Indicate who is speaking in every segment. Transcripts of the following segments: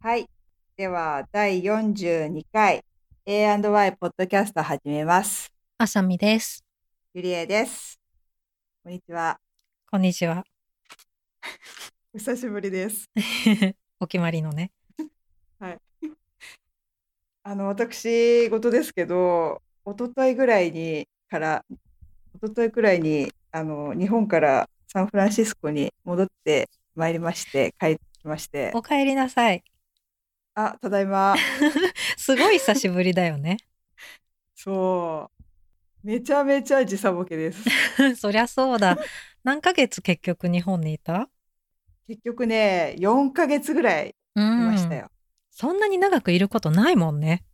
Speaker 1: はい。では、第42回 A&Y ポッドキャスト始めます。
Speaker 2: あさみです。
Speaker 1: ゆりえです。こんにちは。
Speaker 2: こんにち は。
Speaker 1: お久しぶりです。
Speaker 2: お決まりのね。
Speaker 1: あの、私事ですけど、一昨日ぐらいにから、一昨日くらいに、あの、日本からサンフランシスコに戻ってまいりまして、帰ってきまして、
Speaker 2: おかえりなさい。
Speaker 1: あ、ただいま。
Speaker 2: すごい久しぶりだよ ね。
Speaker 1: そう。めちゃめちゃ時差ボケです。
Speaker 2: そりゃそうだ。何ヶ月結局日本にいた
Speaker 1: 結局ね、4ヶ月ぐらいい
Speaker 2: うん
Speaker 1: ましたよ。
Speaker 2: そんなに長くいることないもんね。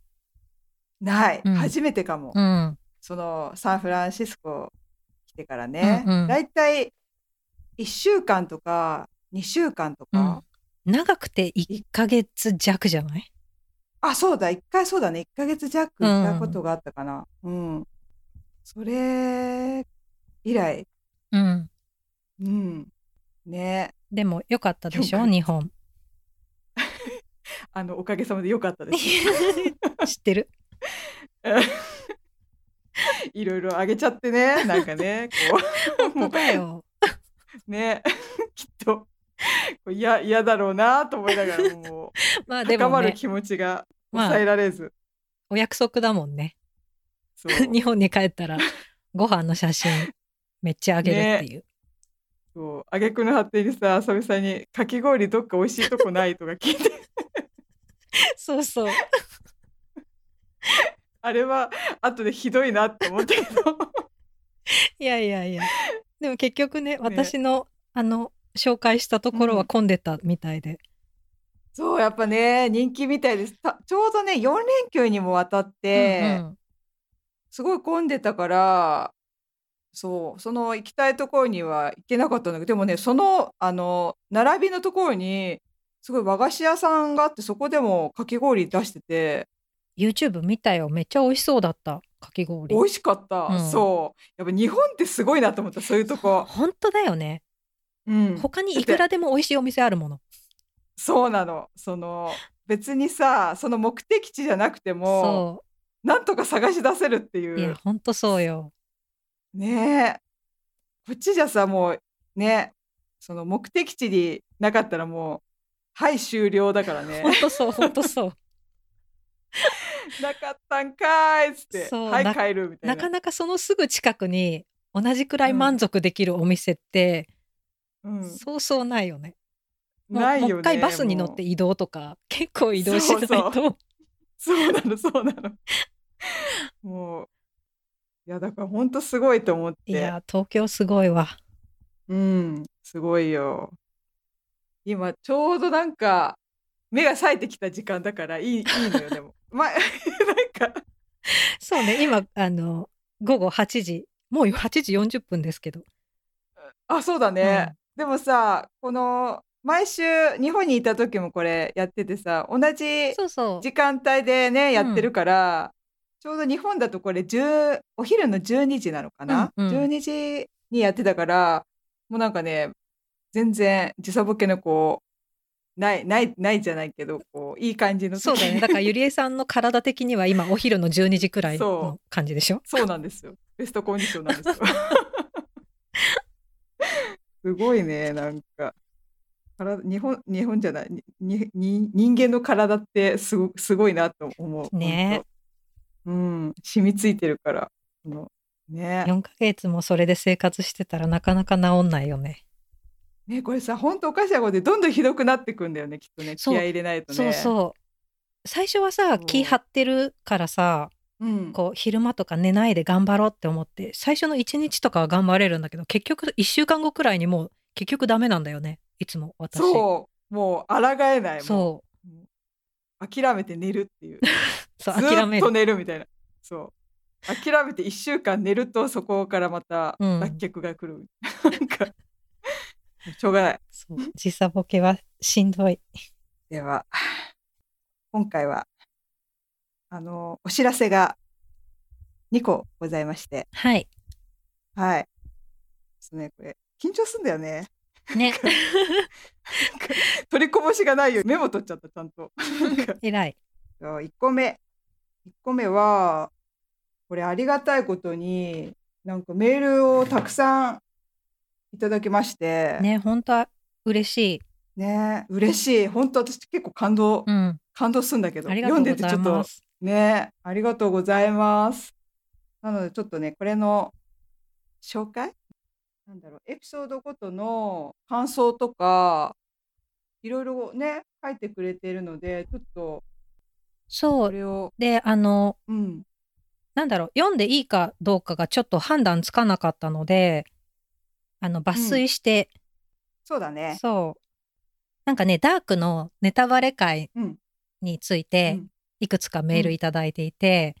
Speaker 1: ない、
Speaker 2: うん
Speaker 1: 初めてかも。
Speaker 2: うん。
Speaker 1: そのサンフランシスコ来てからね、
Speaker 2: うんうん
Speaker 1: だいたい1週間とか2週間と
Speaker 2: う
Speaker 1: か、
Speaker 2: ん、長くて1ヶ月弱じゃない
Speaker 1: あ、そうだ、1回そうだね、1ヶ月弱行ったことがあったかな。うん。それ以来、
Speaker 2: うん。
Speaker 1: うん。ね、
Speaker 2: でもよかったでし
Speaker 1: よ
Speaker 2: ょ
Speaker 1: かった
Speaker 2: 日本。
Speaker 1: あの、おかげさまで良かった です。
Speaker 2: 知って る
Speaker 1: いろいろあげちゃってね、なんかね、こう、も
Speaker 2: 本当
Speaker 1: う
Speaker 2: だよ。
Speaker 1: ね、 きっと、こう嫌嫌だろうなと思いながら、も
Speaker 2: まあ
Speaker 1: う、
Speaker 2: で
Speaker 1: 高
Speaker 2: も
Speaker 1: まる
Speaker 2: ね、
Speaker 1: 気持ちが
Speaker 2: ま
Speaker 1: 抑え
Speaker 2: あ
Speaker 1: られず。
Speaker 2: お約束だもんね。
Speaker 1: そう
Speaker 2: 日本に帰ったらご飯の写真めっちゃあげるっていう。
Speaker 1: そう、挙句の果てにさ、浅見さんに、かき氷どっか美味しいとこないとか聞い て、
Speaker 2: そうそう。
Speaker 1: あれは後でひどいなって思ったけど、
Speaker 2: いやいやいや。でも結 局ね、私の、あの、紹介したところは混んでたみたいで。
Speaker 1: そう、やっぱね、人気みたいです。たちょうどね、4連休にもわたっ
Speaker 2: う
Speaker 1: て、
Speaker 2: ん
Speaker 1: すごい混んでたから、そう、その行きたいところには行けなかったんだけど、でもね、その、あの、並びのところに、すごい和菓子屋さんがあって、そこでもかき氷出してて、
Speaker 2: YouTube 見たよ。めっちゃ美味しそうだった。かき氷。
Speaker 1: 美味しかった。
Speaker 2: うん
Speaker 1: そう。やっぱ日本ってすごいなと思った、そういうとこ。
Speaker 2: 本当だよね。
Speaker 1: うん。
Speaker 2: 他にいくらでも美味しいお店あるもの。
Speaker 1: そうなの。その、別にさ、その目的地じゃなくても、
Speaker 2: そ。
Speaker 1: なんとか探し出せるっていう
Speaker 2: いや、
Speaker 1: う。
Speaker 2: 本当そうよ。
Speaker 1: ねえ。こっちじゃさ、もう、ね、その目的地になかったらもう、はい、終了だからね
Speaker 2: 本。当そう、本当そう。
Speaker 1: なかったんかーいっつって、
Speaker 2: そう
Speaker 1: はい、
Speaker 2: な
Speaker 1: 帰るみたい
Speaker 2: なか
Speaker 1: な。
Speaker 2: なかそのすぐ近くに同じくらい満足できるお店って、
Speaker 1: うん、
Speaker 2: そうそうないよね。もう
Speaker 1: ないよね。
Speaker 2: もう一回バスに乗って
Speaker 1: もう
Speaker 2: 移動とか、結構移動しないと。
Speaker 1: そう そうなの、そうなの。 もう、いや、だから本当すごいと思っ
Speaker 2: い
Speaker 1: て。
Speaker 2: や、東京すごいわ。
Speaker 1: うん、すごいよ。今、ちょうどなんか、目が冴えてきた時間だから、いい、いいのよ、でも。 ま、なんか、
Speaker 2: そうね、今、あの、午後8時、もう8時40分ですけど。
Speaker 1: あ、そうだね。でもさ、この、毎週、日本にいた時もこれやっててさ、同じ
Speaker 2: そうそう。
Speaker 1: 時間帯でね、や
Speaker 2: うん
Speaker 1: ってるから、ちょうど日本だとこれ、10お昼の12時なのかな、
Speaker 2: うんうん
Speaker 1: ?12 時にやってたから、もうなんかね、全然時差ボケのこう、ない、ない、ないじゃないけど、こう、いい感じの時
Speaker 2: そうだね。だから、ゆりえさんの体的には今、お昼の12時くらい
Speaker 1: そ
Speaker 2: の感じでしょ
Speaker 1: そうなんですよ。ベストコンディションなんですよ。 すごいね、なんか。体日本日本じゃないににに人間の体ってすごすごいなと思う。ほ
Speaker 2: ね
Speaker 1: んとうん、染みついてるから。このね
Speaker 2: 4ヶ月もそれで生活してたらなかなか治んないよね。
Speaker 1: ねこれさ、本当おかしなことでどんどんひどくなってくんだよね、きっとね。気
Speaker 2: そ
Speaker 1: 合
Speaker 2: う
Speaker 1: い入れないとね。
Speaker 2: そうそう。最初は
Speaker 1: そ
Speaker 2: さ、
Speaker 1: う
Speaker 2: 気張ってるからさ、
Speaker 1: うん、
Speaker 2: こう、昼間とか寝ないで頑張ろうって思って、最初の1日とかは頑張れるんだけど、結局1週間後くらいにもう、結局ダメなんだよね。いつも私。
Speaker 1: そう、もう抗えない。も
Speaker 2: そう
Speaker 1: もう諦めて寝るっていう。
Speaker 2: う。そう、
Speaker 1: ずー
Speaker 2: 諦
Speaker 1: っ
Speaker 2: め
Speaker 1: と
Speaker 2: る。
Speaker 1: 寝るみたいな。そう。諦めて1週間寝るとそこからまた
Speaker 2: うん
Speaker 1: 脱却が来る。なんか、しょうがない。
Speaker 2: そう時差ボケはしんどい。
Speaker 1: では、今回は、あの、お知らせが2個ございまして、
Speaker 2: はい。
Speaker 1: はい。ですね、これ、緊張すんだよね。
Speaker 2: ね。
Speaker 1: 取りこぼしがないようにメモ取っちゃったちゃんと。
Speaker 2: 偉い。
Speaker 1: じゃあ1個目1個目はこれありがたいことになんかメールをたくさんいただきましてね
Speaker 2: ね、本当は嬉しい。
Speaker 1: 嬉しい本当私結構感動、
Speaker 2: うん。
Speaker 1: 感動するんだけど
Speaker 2: ありがとう
Speaker 1: 読んで
Speaker 2: ご
Speaker 1: て
Speaker 2: ざ
Speaker 1: ち
Speaker 2: い
Speaker 1: ょっと
Speaker 2: ます。
Speaker 1: ねありがとうございますなのでちょっとねこれの紹介なんだろうエピソードごとの感想とかいろいろね書いてくれているのでちょっと
Speaker 2: そ
Speaker 1: こ
Speaker 2: う。
Speaker 1: れを
Speaker 2: で、あの、
Speaker 1: うん
Speaker 2: なんだろう、読んでいいかどうかがちょっと判断つかなかったので、あの、抜粋して、
Speaker 1: そうだね
Speaker 2: そう。なんかね、ダークのネタバレ会
Speaker 1: うん
Speaker 2: についうて
Speaker 1: ん、
Speaker 2: いくつかメールいただいていて、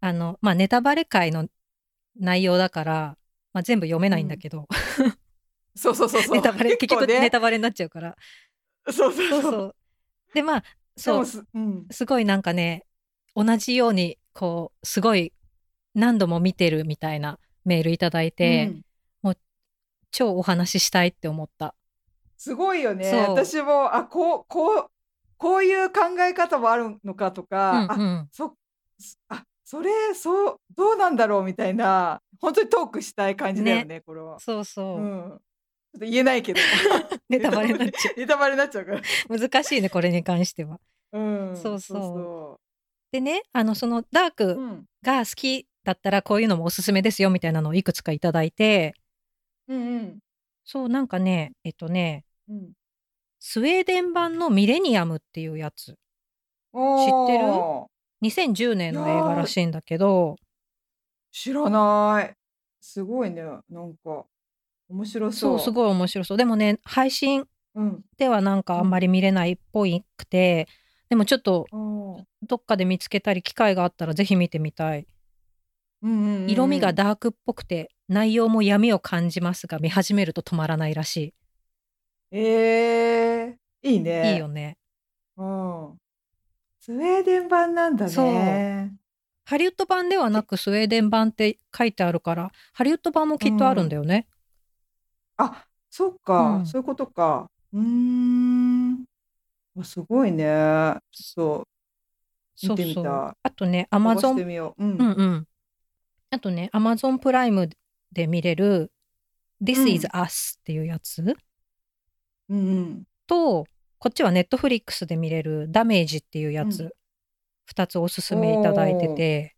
Speaker 2: あの、まあ、ネタバレ会の内容だから、まあ、全部読めないんだけど、
Speaker 1: そうそうそうそう
Speaker 2: ネタバレ、結
Speaker 1: 結構
Speaker 2: 局ネ
Speaker 1: ね
Speaker 2: タバレになっちゃうから。
Speaker 1: そうそうそ
Speaker 2: そう
Speaker 1: う
Speaker 2: そう。で、まあ、
Speaker 1: で
Speaker 2: そ
Speaker 1: も
Speaker 2: う、
Speaker 1: すうん
Speaker 2: すごいなんかね、同じように、こう、すごい何度も見てるみたいなメールいただいて、
Speaker 1: うん
Speaker 2: 超お話ししたいって思った。
Speaker 1: すごいよね
Speaker 2: そう
Speaker 1: 私もあこうこうこういう考え方もあるのかと
Speaker 2: う
Speaker 1: か、
Speaker 2: んう
Speaker 1: あ
Speaker 2: ん。
Speaker 1: そあそれそうどうなんだろうみたいな本当にトークしたい感じだよねこれは、
Speaker 2: そうそうう、
Speaker 1: ん、ちょっと言えないけど
Speaker 2: ネタバレになっちゃ
Speaker 1: ネタバレになっちゃうから、
Speaker 2: う。難しいね、これに関しては。
Speaker 1: うん、
Speaker 2: そうそう
Speaker 1: そ
Speaker 2: でね、あの、そのダー
Speaker 1: う
Speaker 2: ク
Speaker 1: うん
Speaker 2: が好きだったらこういうのもおすすめですよみたいなのをいくつかいただいて、
Speaker 1: うんうん
Speaker 2: そう、なんかね、えっとね、
Speaker 1: うん
Speaker 2: スウェーデン版のミレニアムっていうやつ。
Speaker 1: おー
Speaker 2: 知ってる2010年の映画らしいんだけど、
Speaker 1: 知らないすごいねなんか面白そ
Speaker 2: そうう、す
Speaker 1: い、
Speaker 2: ごい面白そう。でもね、配信
Speaker 1: うん、
Speaker 2: ではなんかあんまり見れないっぽいくて、でもちょっと
Speaker 1: あー
Speaker 2: どっかで見つけたり機会があったらぜひ見てみたい。
Speaker 1: うんうんうんうん
Speaker 2: 色味がダークっぽくて内容も闇を感じますが見始めると止まらないらし
Speaker 1: えー、いい
Speaker 2: い、
Speaker 1: ね。
Speaker 2: いいよね
Speaker 1: うん。スウェーデン版なんだね。
Speaker 2: ハリウッド版ではなくスウェーデン版って書いてあるからハリウッド版もきっとあるんだよね、
Speaker 1: あ、そっか、
Speaker 2: うん
Speaker 1: そういうことか。うーん。あすごいね。ちょっ
Speaker 2: そ
Speaker 1: 見
Speaker 2: う
Speaker 1: てみたいう
Speaker 2: そあとねア
Speaker 1: と
Speaker 2: マ
Speaker 1: 探
Speaker 2: ゾ
Speaker 1: して
Speaker 2: ン
Speaker 1: みよう。う
Speaker 2: うん
Speaker 1: ん。
Speaker 2: うんあとねアマゾンプライムで見れる「
Speaker 1: う
Speaker 2: This
Speaker 1: ん
Speaker 2: is Us」っていうやつ、
Speaker 1: うんうん。
Speaker 2: とこっちはネットフリックスで見れる「ダメージ」っていうやつ、
Speaker 1: うん
Speaker 2: 2つおすすめいただいてて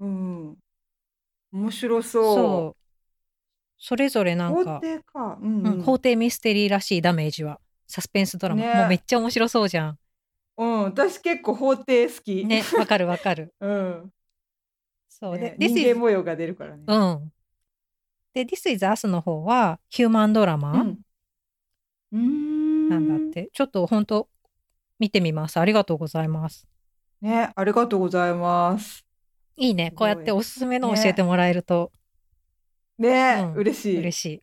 Speaker 1: うん。面白
Speaker 2: そう
Speaker 1: そう。
Speaker 2: それぞれなんか
Speaker 1: 法廷か。うん
Speaker 2: うん、法廷ミステリーらしいダメージはサスペンスドラマ、
Speaker 1: ね
Speaker 2: もうめっちゃ面白そうじゃん
Speaker 1: うん。うん。私結構法廷好き。
Speaker 2: ねわかるわかる
Speaker 1: うん。
Speaker 2: そうで
Speaker 1: ね、
Speaker 2: This
Speaker 1: 人
Speaker 2: is
Speaker 1: 間模様が出るからね。
Speaker 2: うんで This is Us の方はヒューマンドラマ
Speaker 1: うん。
Speaker 2: なんだ
Speaker 1: て
Speaker 2: って、ちょっと本当見てみますありがとうございます
Speaker 1: ね、ありがとうございます。
Speaker 2: いい
Speaker 1: す
Speaker 2: ね
Speaker 1: ご
Speaker 2: こう
Speaker 1: い
Speaker 2: やっておすすめの
Speaker 1: ね
Speaker 2: 教えてもらえると
Speaker 1: ね、
Speaker 2: うん
Speaker 1: 嬉しい。
Speaker 2: 嬉しい、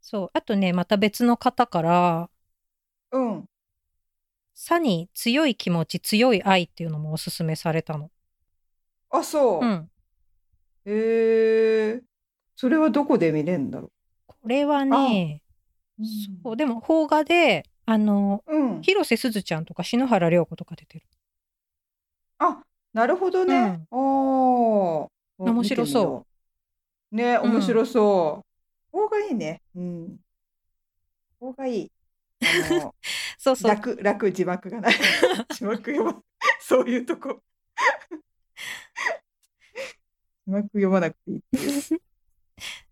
Speaker 2: そうあとねまた別の方から
Speaker 1: うん。
Speaker 2: サニー強い気持ち強い愛っていうのもおすすめされたの
Speaker 1: あ、そう。
Speaker 2: う
Speaker 1: へ
Speaker 2: ん
Speaker 1: えそれはどこで見れるんだろ
Speaker 2: これはね
Speaker 1: う。
Speaker 2: そうでも邦画であの
Speaker 1: うん。
Speaker 2: 広瀬すずちゃんとか篠原涼子とか出てる。
Speaker 1: あ、なるほどね。おお。。
Speaker 2: 面白そう
Speaker 1: ね、
Speaker 2: ん
Speaker 1: 面白そう。方がいいね。うん。方がいい。あの
Speaker 2: そうそう。
Speaker 1: 楽、楽字幕 がない。字幕読ま、そういうとこ。字幕読まなくていいっていう。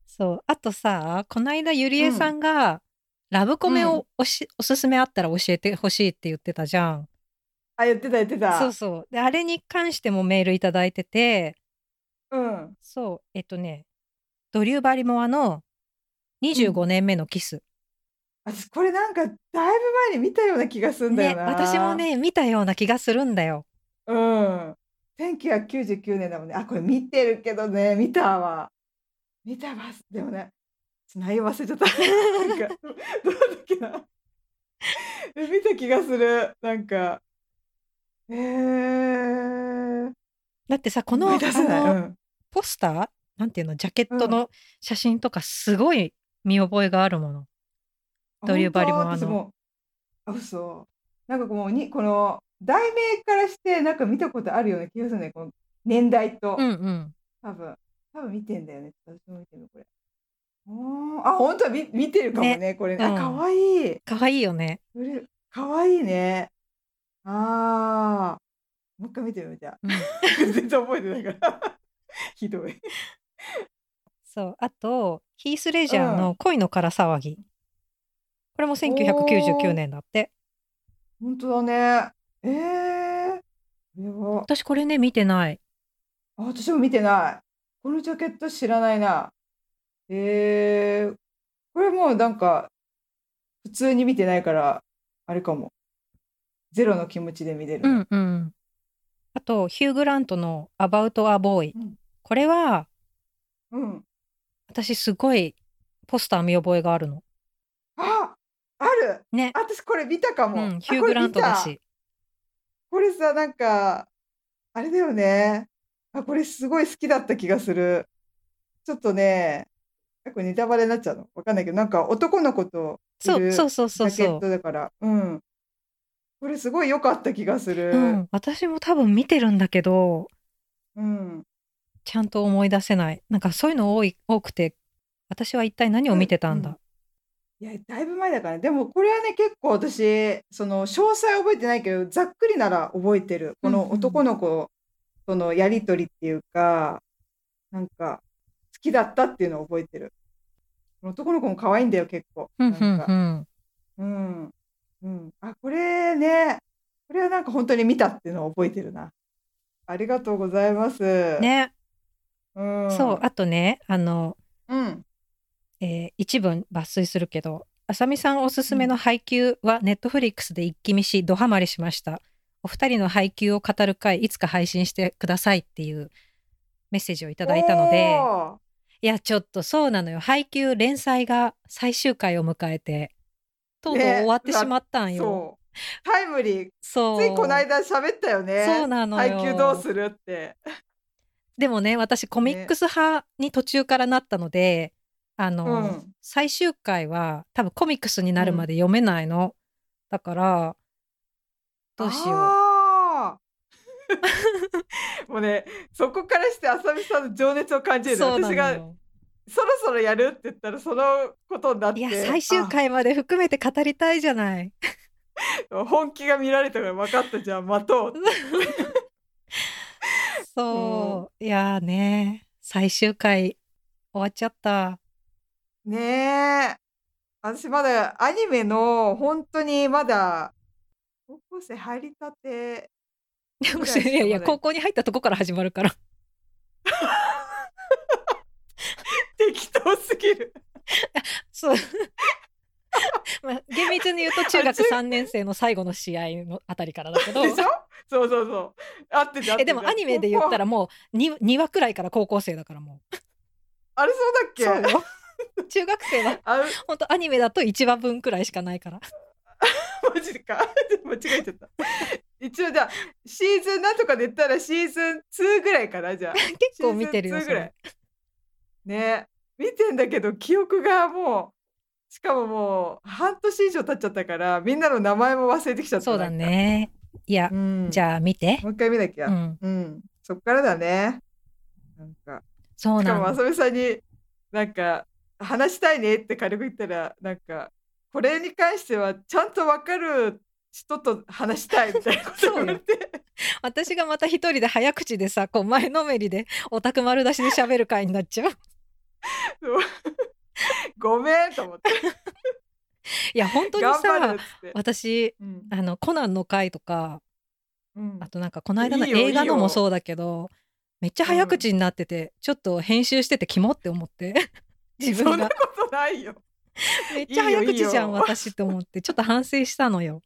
Speaker 2: そう。あとさ、この間ゆりえさんが、ラブコメをおし、おすすめあったら教えてほしいって言ってたじゃん。
Speaker 1: あ、言ってた言ってた。
Speaker 2: そうそう。で、あれに関してもメールいただいてて、
Speaker 1: うん。
Speaker 2: そう、えっとね、ドリュー・バリモアの25年目のキス。
Speaker 1: 私これなんかだいぶ前に見たような気がするんだ
Speaker 2: ね、
Speaker 1: よな。
Speaker 2: 私も。ね、見たような気がするんだよ。
Speaker 1: うん。1999年だもんね。あ、これ見てるけどね、見たわ。見たわ。でもね、ちょっと内容忘れ ちゃった。なんか、どどうだっけな。え見た気がする。なんか。えー、
Speaker 2: だってさ、この、
Speaker 1: 思い出せない。
Speaker 2: あの
Speaker 1: うん
Speaker 2: ポスターなんていうの、ジャケットの写真とかすごい見覚えがあるもの。ドリューバリモア
Speaker 1: 本当
Speaker 2: の
Speaker 1: 私もうあ嘘なんかこうにこの題名からしてなんか見たことあるような気がするねこの年代と、
Speaker 2: うんうん。
Speaker 1: 多分多分見てんだよね私も見てるのこれおーあ本当は見見てるかもねこれ
Speaker 2: う
Speaker 1: あ
Speaker 2: ん
Speaker 1: 可愛いい
Speaker 2: かわいいよね。
Speaker 1: うれ可愛いねああもう一回見てみようじゃあ
Speaker 2: うん
Speaker 1: 全然覚えてないから ひどい
Speaker 2: そう。あと、ヒース・レジャーの恋のから騒ぎ。これも1999年だって。
Speaker 1: 本当だねええー、これは
Speaker 2: 私これね、見てない。
Speaker 1: あ、私も見てない。このジャケット知らないな。えー、これもうなんか、普通に見てないから、あれかも。ゼロの気持ちで見れる
Speaker 2: う
Speaker 1: ね。
Speaker 2: んうん。あと、ヒュー・グラントの About a Boy
Speaker 1: うん。
Speaker 2: これは、
Speaker 1: うん。
Speaker 2: 私すごいポスター見覚えがあるの。
Speaker 1: あ、ある
Speaker 2: ね。
Speaker 1: あ私これ見たかも。
Speaker 2: うん、
Speaker 1: あ
Speaker 2: ヒュー・
Speaker 1: これ
Speaker 2: グラントだ
Speaker 1: 見た
Speaker 2: し。
Speaker 1: これさ、なんか、あれだよね。あ、これすごい好きだった気がする。ちょっとね、結構ネタバレになっちゃうの。わかんないけど、なんか男の子とい
Speaker 2: そう
Speaker 1: る
Speaker 2: そうそうそう
Speaker 1: ジャケ
Speaker 2: そ
Speaker 1: ットだから。うん。これすごい良かった気がす
Speaker 2: う。
Speaker 1: る。
Speaker 2: うん、私も多分見てるんだけど、
Speaker 1: うん。
Speaker 2: ちゃんと思い出せない。なんかそういうの多い多くて、私は一体何を見てたんだ。
Speaker 1: いや、だいぶ前だからね。でもこれはね、結構私、その詳細は覚えてないけど、ざっくりなら覚えてる。こ
Speaker 2: うんう
Speaker 1: の
Speaker 2: ん
Speaker 1: 男の子とのやりとりっていうか、なんか、好きだったっていうのを覚えてる。男の子も可愛いんだよ、結構。
Speaker 2: うん、
Speaker 1: な
Speaker 2: うんん、う
Speaker 1: か。
Speaker 2: ん。
Speaker 1: うん。うん。あ、これね、これはなんか本当に見たっていうのを覚えてるな。ありがとうございます。ね。
Speaker 2: ね、
Speaker 1: うん。
Speaker 2: そう。あとね、あの、
Speaker 1: うん。
Speaker 2: えー一文抜粋するけど、あさみさんおすすめの配給はネットフリックスで一気見し、ドハマりしました。お二人の配給を語る回、いつか配信してくださいっていうメッセージをいただいたので、
Speaker 1: お
Speaker 2: いや、ちょっとそうなのよ。配給連載が最終回を迎えて、とうとう
Speaker 1: ね
Speaker 2: 終わってしまった
Speaker 1: ー
Speaker 2: んよ。
Speaker 1: そうタイムリー
Speaker 2: そう。
Speaker 1: ついこの間喋ったよね
Speaker 2: そうなのよ
Speaker 1: 配給どうするって
Speaker 2: でもね私コミックス派に途中からなったので、あの、
Speaker 1: うん
Speaker 2: 最終回は多分コミックスになるまで読めないの、だからどうしよ
Speaker 1: ようもうねそこからして浅見さんの情熱を感じ
Speaker 2: う
Speaker 1: るの
Speaker 2: そうな
Speaker 1: 私
Speaker 2: の
Speaker 1: が
Speaker 2: よ
Speaker 1: そろそろやるって言ったらそのことになって
Speaker 2: いや最終回まで含めて語りたいじゃない
Speaker 1: あ本気が見られたから分かったじゃん待とうって
Speaker 2: そう、いやーね最終回終わっちゃった
Speaker 1: ねえ私まだアニメの本当にまだ高校生入りたて
Speaker 2: い
Speaker 1: ぐらいしかまだ
Speaker 2: やいや高校に入ったとこから始まるから
Speaker 1: 適当すぎる
Speaker 2: そう まあ、厳密に言うと中
Speaker 1: あ
Speaker 2: 学
Speaker 1: 中
Speaker 2: 3年生の最後の試合のあたりからだけど
Speaker 1: でしょ そうそうそうあってじゃん合って
Speaker 2: え
Speaker 1: ん
Speaker 2: でもアニメで言ったらもう 2, 2話くらいから高校生だからも
Speaker 1: あれそう
Speaker 2: う
Speaker 1: だっけ
Speaker 2: よ中学生は
Speaker 1: あ
Speaker 2: 本当アニメだと1話分くらいしかないから
Speaker 1: マジか 間違えちゃった一応じゃあシーズンなんとかで言ったらシーズン2ぐらいかなじゃあ結
Speaker 2: 結構見てるよ
Speaker 1: シー
Speaker 2: そ
Speaker 1: ズン2ぐら
Speaker 2: れ
Speaker 1: いね見てんだけど記憶がもうしかももう半年以上経っちゃったからみんなの名前も忘れてきちゃった
Speaker 2: そうだ、ねい
Speaker 1: な、ん
Speaker 2: や
Speaker 1: かうん、
Speaker 2: じゃあ見て
Speaker 1: もう一回見なきゃ
Speaker 2: う
Speaker 1: うん、
Speaker 2: ん
Speaker 1: そっからだねなんか
Speaker 2: そう
Speaker 1: しか
Speaker 2: な
Speaker 1: もあ
Speaker 2: の
Speaker 1: さみさんになんか話したいねって軽く言ったらなんかこれに関してはちゃんと分かる人と話したいみたいなこと言われて
Speaker 2: 私がまた一人で早口でさこう前のめりでオタク丸出しで喋る回になっちゃう
Speaker 1: ごめんと思って
Speaker 2: いや本当に
Speaker 1: 頑張る
Speaker 2: さ
Speaker 1: っつって。
Speaker 2: 私
Speaker 1: うん
Speaker 2: あのコナンの回とか
Speaker 1: うん
Speaker 2: あとなんかこの間の
Speaker 1: いいよ
Speaker 2: 映画の
Speaker 1: いい
Speaker 2: も
Speaker 1: よ
Speaker 2: そうだけどめっちゃ早口になってて、ちょっと編集しててキモって思って 自
Speaker 1: そ
Speaker 2: 分
Speaker 1: ん
Speaker 2: が
Speaker 1: なことないよ。
Speaker 2: めっちゃ早口じゃん
Speaker 1: いいよいいよ
Speaker 2: 私と思ってちょっと反省したのよ。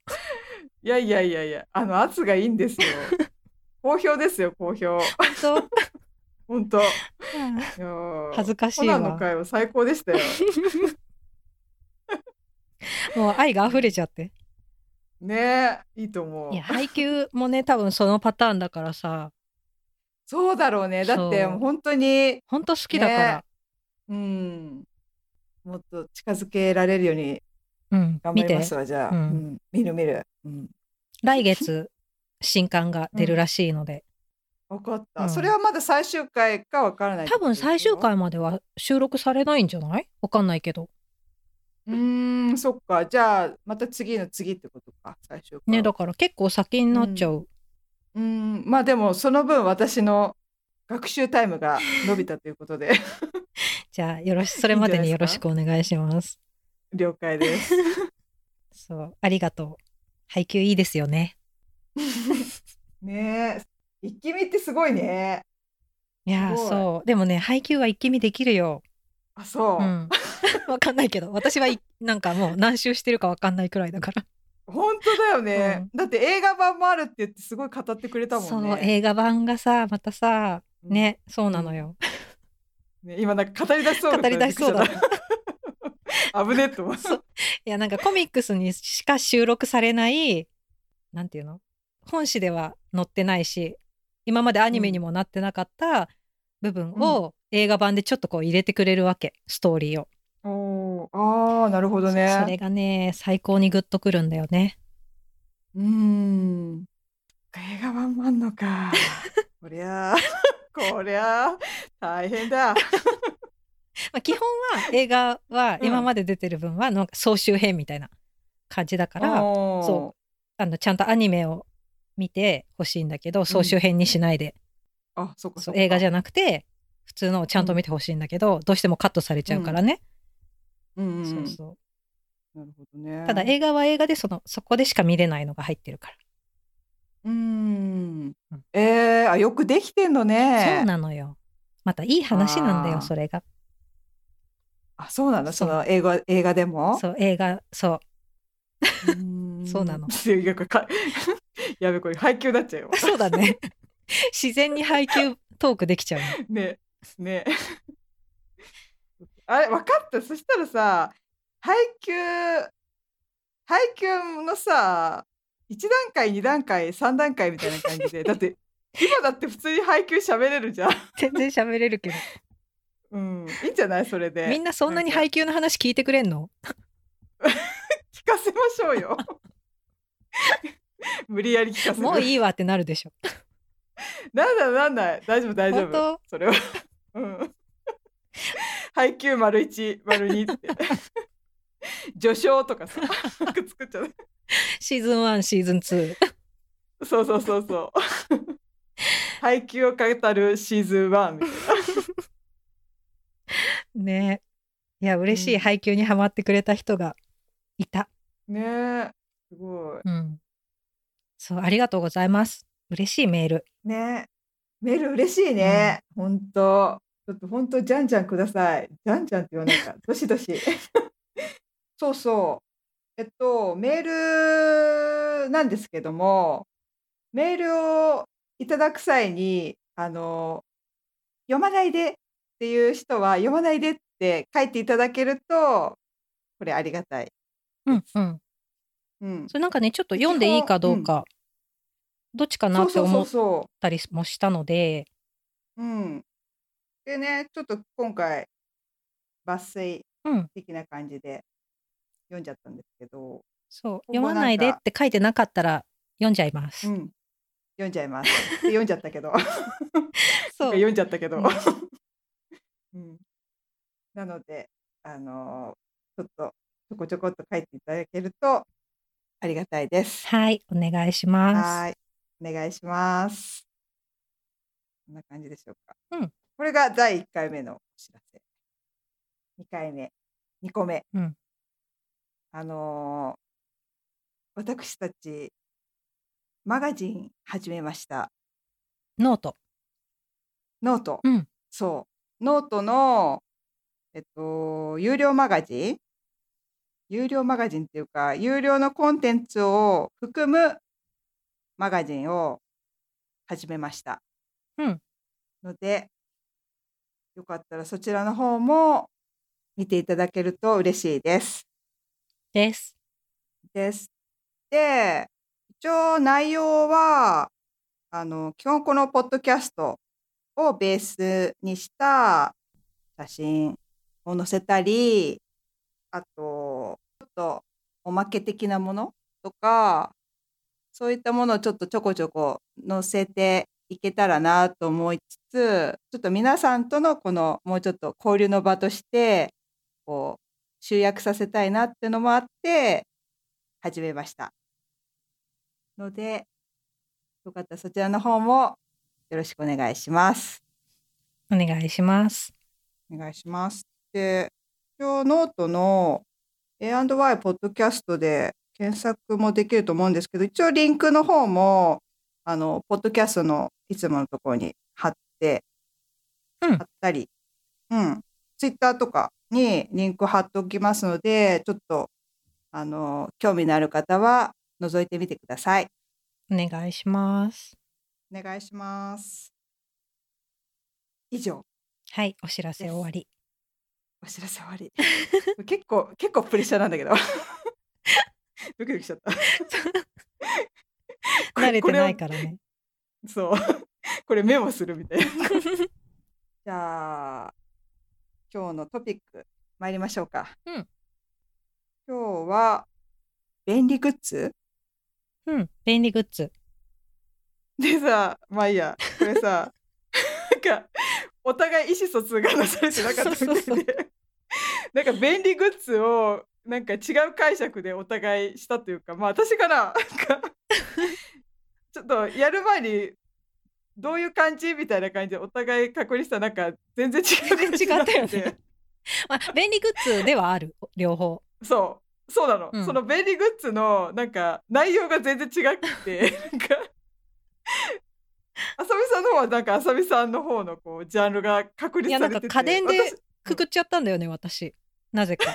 Speaker 1: いやいやいやいや、あの圧がいいんですよ。好評ですよ、好評。
Speaker 2: 本
Speaker 1: 本当。い
Speaker 2: 当
Speaker 1: やー
Speaker 2: 恥ずかし
Speaker 1: コ
Speaker 2: い
Speaker 1: ナンの
Speaker 2: わ。
Speaker 1: 会は最高でしたよ。
Speaker 2: もう愛が溢れちゃって。
Speaker 1: ねえ、いいと思う
Speaker 2: いや。配給もね多分そのパターンだからさ
Speaker 1: そうだろうね。だって
Speaker 2: そう
Speaker 1: もう本当に
Speaker 2: 本当好きだから、
Speaker 1: ねうん、もっと近づけられるように
Speaker 2: うん、
Speaker 1: 頑張
Speaker 2: 見
Speaker 1: り
Speaker 2: て
Speaker 1: ますわじゃあ、
Speaker 2: う
Speaker 1: うんん見る見る、うん、
Speaker 2: 来月新刊が出るらしいので、
Speaker 1: 分かった、
Speaker 2: うん
Speaker 1: それはまだ最終回か分からない
Speaker 2: 多分最終回までは収録されないんじゃないわかんないけど
Speaker 1: うーんそっかじゃあまた次の次ってことか最終回
Speaker 2: ねだから結構先になっちゃう、
Speaker 1: うーんまあでもその分私の学習タイム が伸びたということで
Speaker 2: じゃあよろしそれまでによろしくお願いします
Speaker 1: 了解です
Speaker 2: そうありがとう配給いいですよね
Speaker 1: ねえ一気見ってすごいね
Speaker 2: いやー
Speaker 1: すごい
Speaker 2: そうでもね配給は一気見できるよ
Speaker 1: あそう、
Speaker 2: うん わかんないけど私はいなんかもう何周してるかわかんないくらいだから
Speaker 1: 本当だよね、だって映画版もあるって言ってすごい語ってくれたもん
Speaker 2: そう
Speaker 1: ね
Speaker 2: 映画版がさまたさねそうなのよ、
Speaker 1: ね今なんか語り出しそう
Speaker 2: 語り出しそうだ
Speaker 1: びっくりした な危ねえと思う
Speaker 2: そういやなんかコミックスにしか収録されないなんていうの本誌では載ってないし今までアニメにもなってなかった部分を映画版でちょっとこう入れてくれるわけストーリーを、
Speaker 1: おーあーなるほどね
Speaker 2: それがね最高にグッとくるんだよね
Speaker 1: うーん。映画版もあんの か。こりゃあ、 こりゃあ、大変だ。
Speaker 2: まあ、基本は映画は
Speaker 1: うん
Speaker 2: 今まで出てる分はなんか総集編みたいな感じだから、そ
Speaker 1: そ
Speaker 2: あのちゃんとアニメを見てほしいんだけど総集編にしないで、
Speaker 1: う。あ、そっかそ
Speaker 2: そ
Speaker 1: っ
Speaker 2: う
Speaker 1: か。
Speaker 2: 映画じ
Speaker 1: ゃ。
Speaker 2: ゃなくて普通のをちゃんと見てほしいんだけど、どうしてもカットされちゃうからね、
Speaker 1: うんうんうん、
Speaker 2: そうそう
Speaker 1: なるほどね。
Speaker 2: ただ映画は映画でそのそこでしか見れないのが入ってるか
Speaker 1: うーん。えー、あ、よくできてんの
Speaker 2: ら、
Speaker 1: ね。
Speaker 2: そうなのよまたいい話なんだ
Speaker 1: あー
Speaker 2: よそれが
Speaker 1: あ、そうなの。
Speaker 2: そ
Speaker 1: そうの映画、映画でも。
Speaker 2: そう映画そう
Speaker 1: うーん
Speaker 2: そうな の。。
Speaker 1: いやかやべ、これ配給になっちゃうよ
Speaker 2: そう だね自然に配給トークできちゃうの
Speaker 1: ねね あれ分かったそしたらさ配給配給のさ1段階2段階3段階みたいな感じ でだって今だって普通に配給喋れるじゃん、
Speaker 2: 全然喋れるけど
Speaker 1: うん、いいんじゃないそれで
Speaker 2: みんなそんなに
Speaker 1: なんか
Speaker 2: 配給の話聞いてくれんの
Speaker 1: 聞かせましょうよ 無理やり聞かせる
Speaker 2: もういいわってなるでしょ。
Speaker 1: なんだなんだ大丈夫大丈
Speaker 2: 本
Speaker 1: 夫
Speaker 2: 当
Speaker 1: それはうん配給丸一丸二って序章とかさなんか作っちゃう
Speaker 2: シーズン1シーズン2
Speaker 1: そうそうそうそう。配給を語るシーズン1みたいな。
Speaker 2: ねいや嬉しい
Speaker 1: うん
Speaker 2: 配給にはまってくれた人がいた、
Speaker 1: ねえ、すごい。
Speaker 2: うん、そうありがとうございます嬉しいメール
Speaker 1: ねえメール嬉しいね。ほんと。ちょっとほんと、じゃんじゃんください。じゃんじゃんって言わない か。どしどし。 そうそう。えっと、メールなんですけども、メールをいただく際に、あの、読まないでっていう人は、読まないでって書いていただけると、これありがたい。
Speaker 2: うんうん
Speaker 1: うん、
Speaker 2: それなんかねちょっと読んでいいかどうか、どっちかな
Speaker 1: そう
Speaker 2: って
Speaker 1: そうそ
Speaker 2: 思
Speaker 1: う
Speaker 2: っ
Speaker 1: そ
Speaker 2: たりもしたので
Speaker 1: う。うん、でねちょっと今回抜粋
Speaker 2: うん
Speaker 1: 的な感じで読んじゃったんですけど、
Speaker 2: そう
Speaker 1: こ
Speaker 2: 読まないでって書いてなかったら読んじゃいます、
Speaker 1: うん、読んじゃいます。で読んじゃったけ ど
Speaker 2: そう
Speaker 1: 読んじゃったけど、
Speaker 2: うん
Speaker 1: うん、なのであのーちょっとちょこちょこっと書いていただけるとありがたいです。
Speaker 2: はいお願いします
Speaker 1: はい、お願いします。こんな感じでしょうか。
Speaker 2: うん
Speaker 1: これが第1回目のお知らせ。2回目、2個目。
Speaker 2: うん
Speaker 1: あのー私たち、マガジン始めました。
Speaker 2: ノート
Speaker 1: ノート。
Speaker 2: うん
Speaker 1: そう。ノートの、えっと、有料マガジン有料マガジンっていうか、有料のコンテンツを含むマガジンを始めました。
Speaker 2: うん
Speaker 1: ので、よかったらそちらの方も見ていただけると嬉しいです。
Speaker 2: です
Speaker 1: です。で、一応内容は、あの、基本このポッドキャストをベースにした写真を載せたり、あと、ちょっとおまけ的なものとかそういったものをちょっとちょこちょこ載せていけたらなと思いつつちょっと皆さんとのこのもうちょっと交流の場としてこう集約させたいなってのもあって始めましたのでよかったらそちらの方もよろしくお願いします。
Speaker 2: お願いします。
Speaker 1: お願いします。で、一応ノートの A&Y ポッドキャストで検索もできると思うんですけど、一応リンクの方も、あの、ポッドキャストのいつものところに貼って、
Speaker 2: うん
Speaker 1: 貼ったり、うん、ツイッターとかにリンク貼っておきますので、ちょっと、あの、興味のある方は覗いてみてください。
Speaker 2: お願いします。
Speaker 1: お願いします。以上。
Speaker 2: はい、お知らせ終わり。
Speaker 1: お知らせ終わり。 結構、結構プレッシャーなんだけど。 ドキドキしちゃった。これ
Speaker 2: 慣れてないから ね。
Speaker 1: そう。これメモするみたいな。じゃあ、今日のトピック、参りましょうか。
Speaker 2: うん
Speaker 1: 今日は、便利グッズ
Speaker 2: うん、便利グッズ。
Speaker 1: でさ、まあいいや、これ さ、なんか、お互い意思疎通がなされてなかったみたいで、 なんか便利グッズを、なんか違う解釈でお互いしたというか、まあ私かな、なんか、ちょっとやる前に、どういう感じみたいな感じでお互い確認したらなんか全然違う感じになてて
Speaker 2: 全然違ったよねまあ、便利グッズではある、両方。
Speaker 1: そうそうなの、
Speaker 2: うん
Speaker 1: その便利グッズのなんか内容が全然違く てなんかあさみさんの方はなんかあさみさんの方のこうジャンルが確立
Speaker 2: いや
Speaker 1: されてて
Speaker 2: なんか家電で
Speaker 1: 私
Speaker 2: くくっちゃったんだよね、私。な ぜか。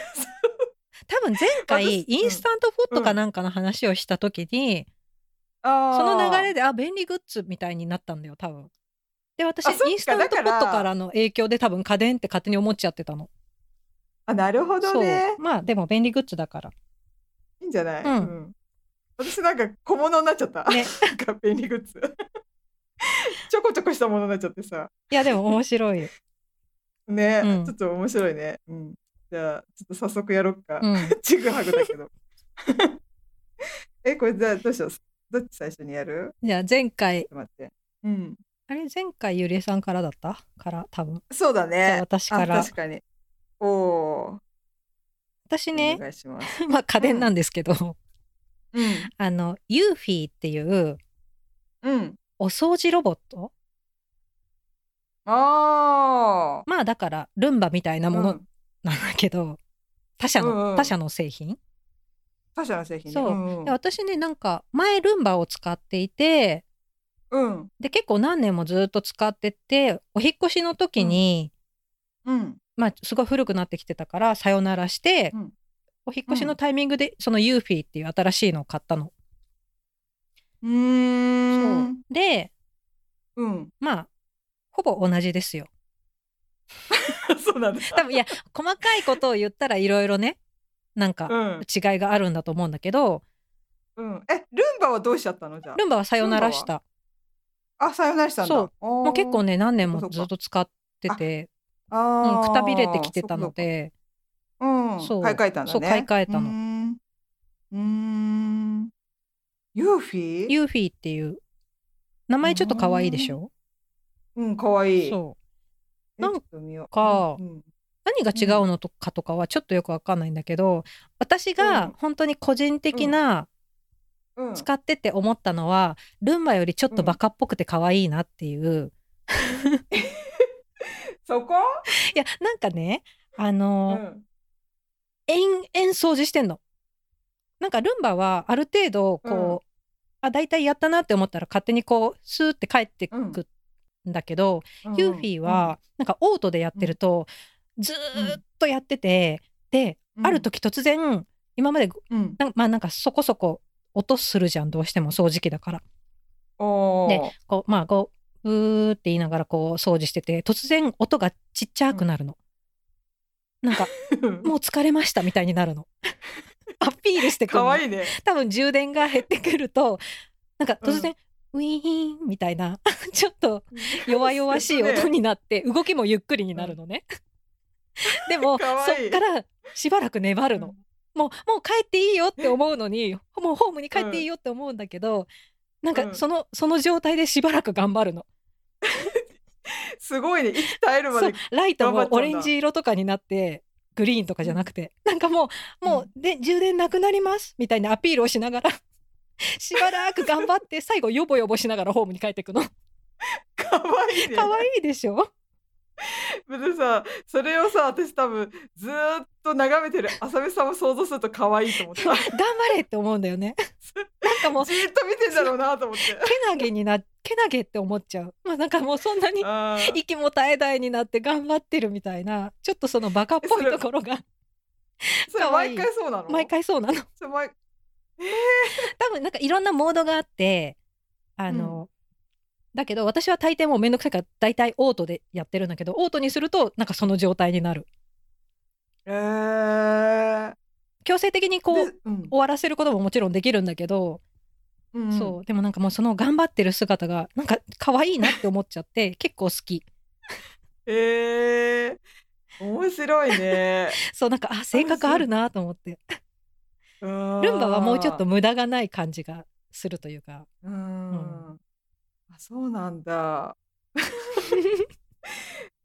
Speaker 2: 多分前回
Speaker 1: 私
Speaker 2: インスタントポットかなんかの話をした時に、
Speaker 1: あー
Speaker 2: その流れであ便利グッズみたいになったんだよ多分で私
Speaker 1: あそっか
Speaker 2: インスタントポ
Speaker 1: だから
Speaker 2: ットからの影響で多分家電って勝手に思っちゃってたの
Speaker 1: あなるほどね
Speaker 2: そうまあでも便利グッズだから
Speaker 1: いいんじゃない、
Speaker 2: うん
Speaker 1: ん私なんか小物になっちゃった、
Speaker 2: ね
Speaker 1: なんか便利グッズ ちょこちょこしたものになっちゃってさ
Speaker 2: いやでも面 白いよ、
Speaker 1: ね、
Speaker 2: うん
Speaker 1: ちょっと面白いね、うん、じゃあちょっと早速やろっか、
Speaker 2: うん、
Speaker 1: ちぐはぐだけど。 え、これじゃあどうしよう。どっち最初にやる
Speaker 2: じゃあ前回
Speaker 1: ちょっと待って。うん。
Speaker 2: あれ前回ゆりえさんからだったから多分
Speaker 1: そうだ
Speaker 2: じゃあ
Speaker 1: ね。
Speaker 2: 私か
Speaker 1: あ
Speaker 2: ら
Speaker 1: 確かに。おお
Speaker 2: 私
Speaker 1: ー。お
Speaker 2: ね
Speaker 1: 願いします。
Speaker 2: まあ家電なんですけど、
Speaker 1: うん。
Speaker 2: あのユーフィーっていう
Speaker 1: うん。
Speaker 2: お掃除ロボット
Speaker 1: あ
Speaker 2: まあだからルンバみたいな
Speaker 1: あ。
Speaker 2: も
Speaker 1: う
Speaker 2: の
Speaker 1: ん
Speaker 2: なんだけど、他社の、
Speaker 1: うんうん
Speaker 2: 他社の製品
Speaker 1: 他社の製品ね。
Speaker 2: そ
Speaker 1: うん
Speaker 2: で私ねなんか前ルンバを使っていて
Speaker 1: うん。
Speaker 2: で結構何年もずっと使っててお引っ越しの時に、
Speaker 1: うん。
Speaker 2: まあすごい古くなってきてたからさよならして、
Speaker 1: うん
Speaker 2: お引っ越しのタイミングでそのユーフィーっていう新しいのを買ったの。
Speaker 1: うーん。
Speaker 2: で
Speaker 1: うん。
Speaker 2: まあほぼ同じですよ。
Speaker 1: そう なんだ。
Speaker 2: 多分いや細かいことを言ったらいろいろねなんか
Speaker 1: うん。
Speaker 2: 違いがあるんだと思うんだけど
Speaker 1: うん。え、ルンバはどうしちゃったのじゃ
Speaker 2: ルンバはさよならした。
Speaker 1: あ。あ、さよならしたんだ。
Speaker 2: そう
Speaker 1: おー。
Speaker 2: もう結構ね何年
Speaker 1: そ
Speaker 2: も
Speaker 1: っかそ
Speaker 2: ず
Speaker 1: っか
Speaker 2: っと使ってて、う
Speaker 1: あ
Speaker 2: ん
Speaker 1: ー。
Speaker 2: くたびれてきてた
Speaker 1: そ
Speaker 2: の
Speaker 1: うかそうか
Speaker 2: で。
Speaker 1: うん、
Speaker 2: そう
Speaker 1: 買い替えたんだね。
Speaker 2: そう買い替えたの
Speaker 1: うーん。うーんユーフィー
Speaker 2: ユーフィーっていう名前ちょっと可愛いでしょ
Speaker 1: うん、かわいい。
Speaker 2: そう
Speaker 1: え
Speaker 2: なんか
Speaker 1: ちょっと見よううん
Speaker 2: 何が違うのとかとかはちょっとよくわかんないんだけど私
Speaker 1: うん
Speaker 2: が本当に個人的な
Speaker 1: うん、
Speaker 2: 使ってて思ったのはルンバよりちょっとバカっぽくて可愛いなっていう
Speaker 1: そこ、
Speaker 2: いやなんかねあ
Speaker 1: う
Speaker 2: の
Speaker 1: ん、
Speaker 2: 延々掃除してんの。なんかルンバはある程度こうあ大体やったなって思ったら勝手にこうスーって帰ってくんだけどユーフィーはなんかオートでやってるとずーっとやっててで
Speaker 1: うん、
Speaker 2: ある時突然今まで
Speaker 1: うん、うん
Speaker 2: なんまあなんかそこそこ音するじゃんどうしても掃除機だから
Speaker 1: おー
Speaker 2: でこうまあこうブーって言いながらこう掃除してて突然音がちっちゃくなるの、なんかもう疲れましたみたいにな るのアピールしてくる
Speaker 1: か
Speaker 2: の
Speaker 1: わいいね。
Speaker 2: 多分充電が減ってくるとなんか突然、ウィーンみたいな ちょっと弱々しい音になって動きも ゆっくりになるのね。でも
Speaker 1: かわいい
Speaker 2: そっからしばらく粘るの。もうもう帰っていいよって思う のにもうホームに帰っていいよって思うんだけど、なん
Speaker 1: う
Speaker 2: か
Speaker 1: ん
Speaker 2: そのその状態でしばらく頑張るの。
Speaker 1: すごいね息絶えるま
Speaker 2: そう
Speaker 1: で
Speaker 2: ライト
Speaker 1: 頑張っちゃ
Speaker 2: も
Speaker 1: うんだ
Speaker 2: オレンジ色とかになってグリーンとかじゃなくてなんかもうもうで充電なくなりますみたいなアピールをしな がらしばらく頑張って最後ヨボヨボしながらホームに帰っていくの
Speaker 1: かわいいね
Speaker 2: 可愛い でしょ
Speaker 1: でさそれをさ私多分ずーっと眺めてる浅見さんを想像すると可愛いと思った
Speaker 2: 頑張れって思うんだよねなんかもう
Speaker 1: じーっと見てんだろうなと思って
Speaker 2: けなげになけなげって思っちゃうまあなんかもうそんなに
Speaker 1: あー
Speaker 2: 息も絶え絶えになって頑張ってるみたいなちょっとそのバカっぽいところが
Speaker 1: それ
Speaker 2: 可
Speaker 1: 毎
Speaker 2: 愛い
Speaker 1: 回そうなの
Speaker 2: 毎回そうなの
Speaker 1: それ毎
Speaker 2: 多分なんかいろんなモードがあってあの、だけど私は大抵もうめんどくさいから大体オートでやってるんだけどオートにするとなんかその状態になる
Speaker 1: えー、
Speaker 2: 強制的にこう
Speaker 1: でうん
Speaker 2: 終わらせることももちろんできるんだけど、
Speaker 1: うん
Speaker 2: そうでもなんかもうその頑張ってる姿がなんか可愛いなって思っちゃって結構好き
Speaker 1: えー、面白いね
Speaker 2: そうなんかあ性格あるなと思って
Speaker 1: ル
Speaker 2: ルン
Speaker 1: ン
Speaker 2: バはもうちょっと無駄がない感じがするというか
Speaker 1: うーんあそうなん だ。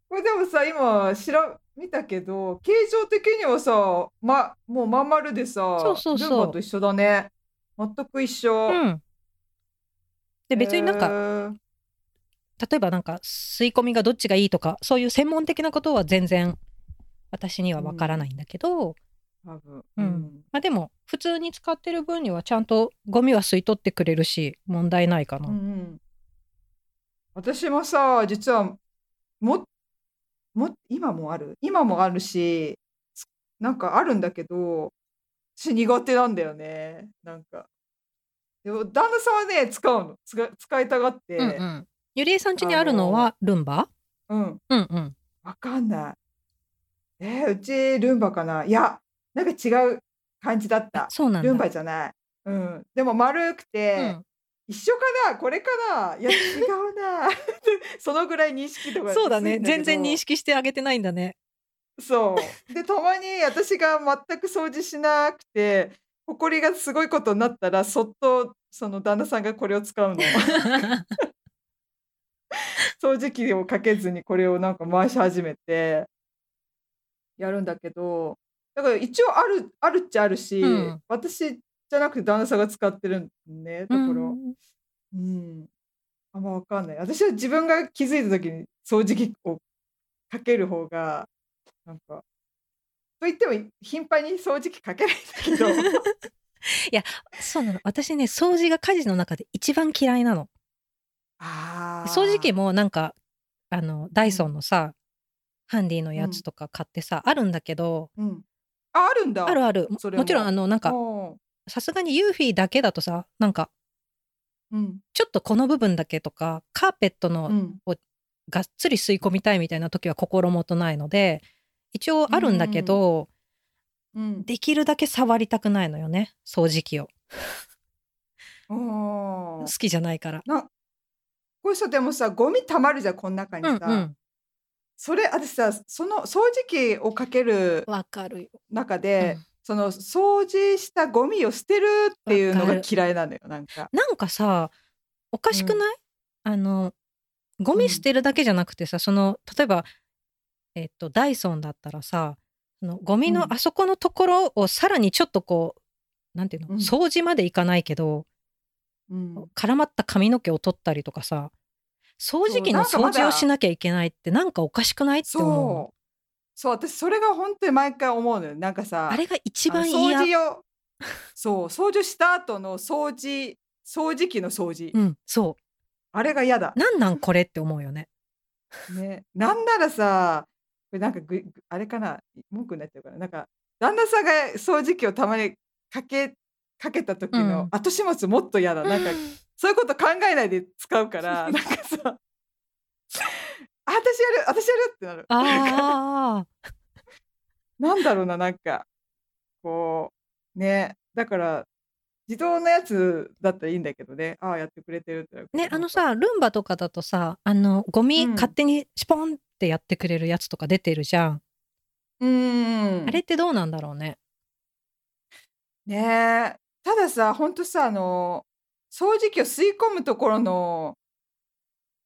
Speaker 1: これでもさ今調見たけど形状的にはさ、ま、もうまん丸でさ
Speaker 2: そうそうそう
Speaker 1: ルンバと一緒だね全く一緒。
Speaker 2: うんで別になんか
Speaker 1: へー
Speaker 2: 例えばなんか吸い込みがどっちがいいとかそういう専門的なことは全然私にはわからないんだけど、
Speaker 1: 多分、
Speaker 2: うんまあでも普通に使ってる分にはちゃんとゴミは吸い取ってくれるし問題ないかな、
Speaker 1: うんうん私もさ実はもも今もある今もあるしつなんかあるんだけど私苦手なんだよねなんかでも旦那さんはね使うの使使いたがって
Speaker 2: うんうんゆりえさん家にあるのはルンバ、
Speaker 1: うん
Speaker 2: うんうん
Speaker 1: わかんないえーうちルンバかないやなんか違う感じだった
Speaker 2: そうなんだ
Speaker 1: ルンバじゃないうんでも丸くて、一緒かなこれかないや違う なそのぐらい認識と
Speaker 2: う
Speaker 1: か
Speaker 2: ん、そうだね
Speaker 1: するん
Speaker 2: 全
Speaker 1: けど
Speaker 2: 然認識してあげてないんだね
Speaker 1: そうでたまに私が全く掃除しなくて埃がすごいことになったらそっとその旦那さんがこれを使 うの掃除機をかけずにこれをなんか回し始めてやるんだけどだから一応あるあるっちゃあるし、
Speaker 2: うん
Speaker 1: 私じゃなくて旦那さんが使ってるんねだ
Speaker 2: う
Speaker 1: から、
Speaker 2: ん
Speaker 1: うん。あんまわかんない。私は自分が気づいた時に掃除機をかける方が、なんか、と言っても頻繁に掃除機かけないん だけど。
Speaker 2: そうなの私ね掃除が家事の中で一番嫌いなの
Speaker 1: あー
Speaker 2: 掃除機。もなんかあのダイソンのさ、ハンディのやつとか買ってさ、あるんだけど
Speaker 1: うん。あ、あるんだ。
Speaker 2: あるあるも
Speaker 1: それも
Speaker 2: もちろんあのなんか
Speaker 1: おー
Speaker 2: さすがにユーフィーだけだとさなんか
Speaker 1: うん。
Speaker 2: ちょっとこの部分だけとかカーペットの
Speaker 1: うん。
Speaker 2: がっつり吸い込みたいみたいな時は心もとないので一応あるんだけど、
Speaker 1: うん。
Speaker 2: できるだけ触りたくないのよね掃除機を
Speaker 1: お
Speaker 2: 好
Speaker 1: ー
Speaker 2: きじゃないから。
Speaker 1: これさ、でもさ、ゴミ溜まるじゃん、この中に
Speaker 2: う
Speaker 1: さ。
Speaker 2: んうん
Speaker 1: それ、私さ、その掃除機をかける
Speaker 2: わかるよ。
Speaker 1: 中
Speaker 2: うん
Speaker 1: で、その掃除したゴミを捨てるっていうの
Speaker 2: わ
Speaker 1: が
Speaker 2: かる
Speaker 1: 嫌いなのよ、なんか。
Speaker 2: なんかさおかしくない、あのゴミ捨てるだけじゃなくてさその例えば、えっとダイソンだったらさそのゴミ
Speaker 1: う
Speaker 2: の
Speaker 1: ん
Speaker 2: あそこのところをさらにちょっとこうなんていうの、
Speaker 1: うん
Speaker 2: 掃除までいかないけど、
Speaker 1: うん
Speaker 2: 絡まった髪の毛を取ったりとかさ掃除機の
Speaker 1: そうな
Speaker 2: 掃
Speaker 1: んかまだ
Speaker 2: 除をしなきゃいけないってなんかおかしくないって思う
Speaker 1: そう。そう、私それが本当に毎回思うのよ。なんかさ、
Speaker 2: あれが一番
Speaker 1: あの
Speaker 2: 嫌
Speaker 1: 掃除 を、そう、掃除した後の掃除、掃除機の掃除、
Speaker 2: うんそ
Speaker 1: あれが嫌だ
Speaker 2: う。なんなんこれって思うよね
Speaker 1: ね、なんならさ、これなんかぐぐあれかな、文句になっちゃうから、なんか旦那さんが掃除機をたまにかけかけた時
Speaker 2: うん
Speaker 1: の後始末もっと嫌だ。 なんかそういうこと考えないで使うから、なんかさ、 あ私やる、私やるってなる。
Speaker 2: ああ
Speaker 1: なんだろうな、なんか、こう、ね、だから、自動のやつだったらいいんだけどね、ああ、やってくれてるってなるけど
Speaker 2: ねあ
Speaker 1: な
Speaker 2: の
Speaker 1: んか
Speaker 2: さルンバとかだとさあのゴミ
Speaker 1: うん
Speaker 2: 勝手にシポンってやってくれるやつとか出てるじゃん、
Speaker 1: うーん。
Speaker 2: あれってどうなんだろうね
Speaker 1: ねえたださほんとさあの掃除機を吸い込むところの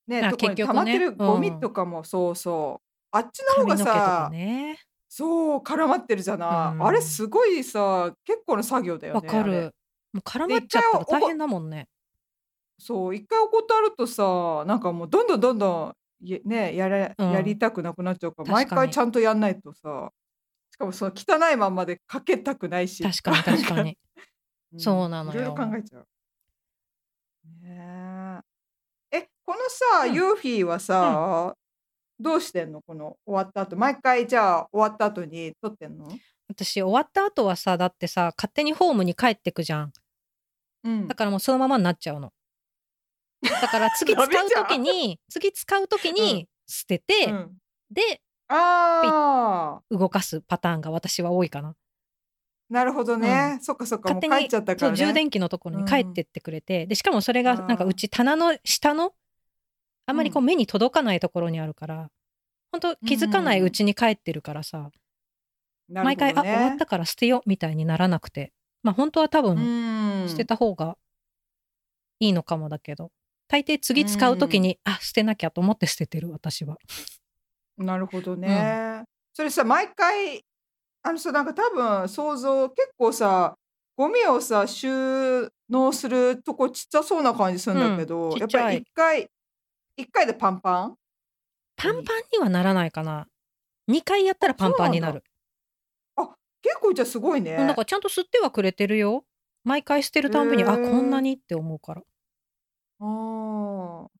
Speaker 1: ね
Speaker 2: あ
Speaker 1: ところに溜
Speaker 2: 結局
Speaker 1: まっ
Speaker 2: ね
Speaker 1: てるゴ
Speaker 2: う
Speaker 1: ミ
Speaker 2: ん
Speaker 1: とかも、そうそうあっちの方
Speaker 2: 髪
Speaker 1: が
Speaker 2: の毛と
Speaker 1: さ
Speaker 2: か、ね。
Speaker 1: そう絡まってるじゃない、
Speaker 2: うん
Speaker 1: あれすごいさ結構の作業だよね
Speaker 2: わか
Speaker 1: あれ
Speaker 2: る。もう絡まっちゃったら大変だもんね。
Speaker 1: そう一回怠るとさなんかもうどんどんどんどんやねやれ、
Speaker 2: うん
Speaker 1: やりたくなくなっちゃうから
Speaker 2: 確か
Speaker 1: 毎
Speaker 2: に
Speaker 1: 回ちゃんとやんないとさしかもその汚いまんまでかけたくないし
Speaker 2: 確かに確か
Speaker 1: なん
Speaker 2: に。そうなのよ
Speaker 1: いろいろ考えちゃうねええこのさ、
Speaker 2: うん
Speaker 1: ユーフィーはさ、どうしてんのこの終わった後毎回じゃあ終わった後に撮ってんの、
Speaker 2: 私終わった後はさだってさ勝手にホームに帰ってくじゃん
Speaker 1: うん
Speaker 2: だからもうそのままになっちゃうのだから 次使う時に次使う時
Speaker 1: う
Speaker 2: に捨てて、
Speaker 1: うん
Speaker 2: で
Speaker 1: ああ
Speaker 2: 動かすパターンが私は多いかな
Speaker 1: なるほどね、そっかそっかも
Speaker 2: 勝
Speaker 1: う
Speaker 2: 手
Speaker 1: 帰っ
Speaker 2: に
Speaker 1: ちゃったか
Speaker 2: そ
Speaker 1: ら、
Speaker 2: う
Speaker 1: ね、
Speaker 2: 充電器のところに帰ってってくれて、でしかもそれがなんか
Speaker 1: あー
Speaker 2: うち棚の下のあんまりこう目に届かないところにあるから本当気づかないうちに帰ってるからさ、
Speaker 1: なる
Speaker 2: 毎
Speaker 1: ほど
Speaker 2: 回、
Speaker 1: ね
Speaker 2: あ終わったから捨てようみたいにならなくてまあ本当は多分
Speaker 1: うん
Speaker 2: 捨てた方がいいのかもだけど大抵次使う時に、あ捨てなきゃと思って捨ててる私は
Speaker 1: なるほどね、それさ毎回あのさなんか多分想像結構さゴミをさ収納するとこちっちゃそうな感じするんだけど、
Speaker 2: うんち
Speaker 1: やっ
Speaker 2: っちゃい
Speaker 1: ぱり一回一回でパンパン
Speaker 2: パンパンにはならないかな2回やったらパンパンになる
Speaker 1: 結構じゃあすごいね
Speaker 2: うんなんかちゃんと吸ってはくれてるよ毎回捨てるたんびに、
Speaker 1: へ
Speaker 2: あ
Speaker 1: ー
Speaker 2: こんなにって思うから
Speaker 1: あーそ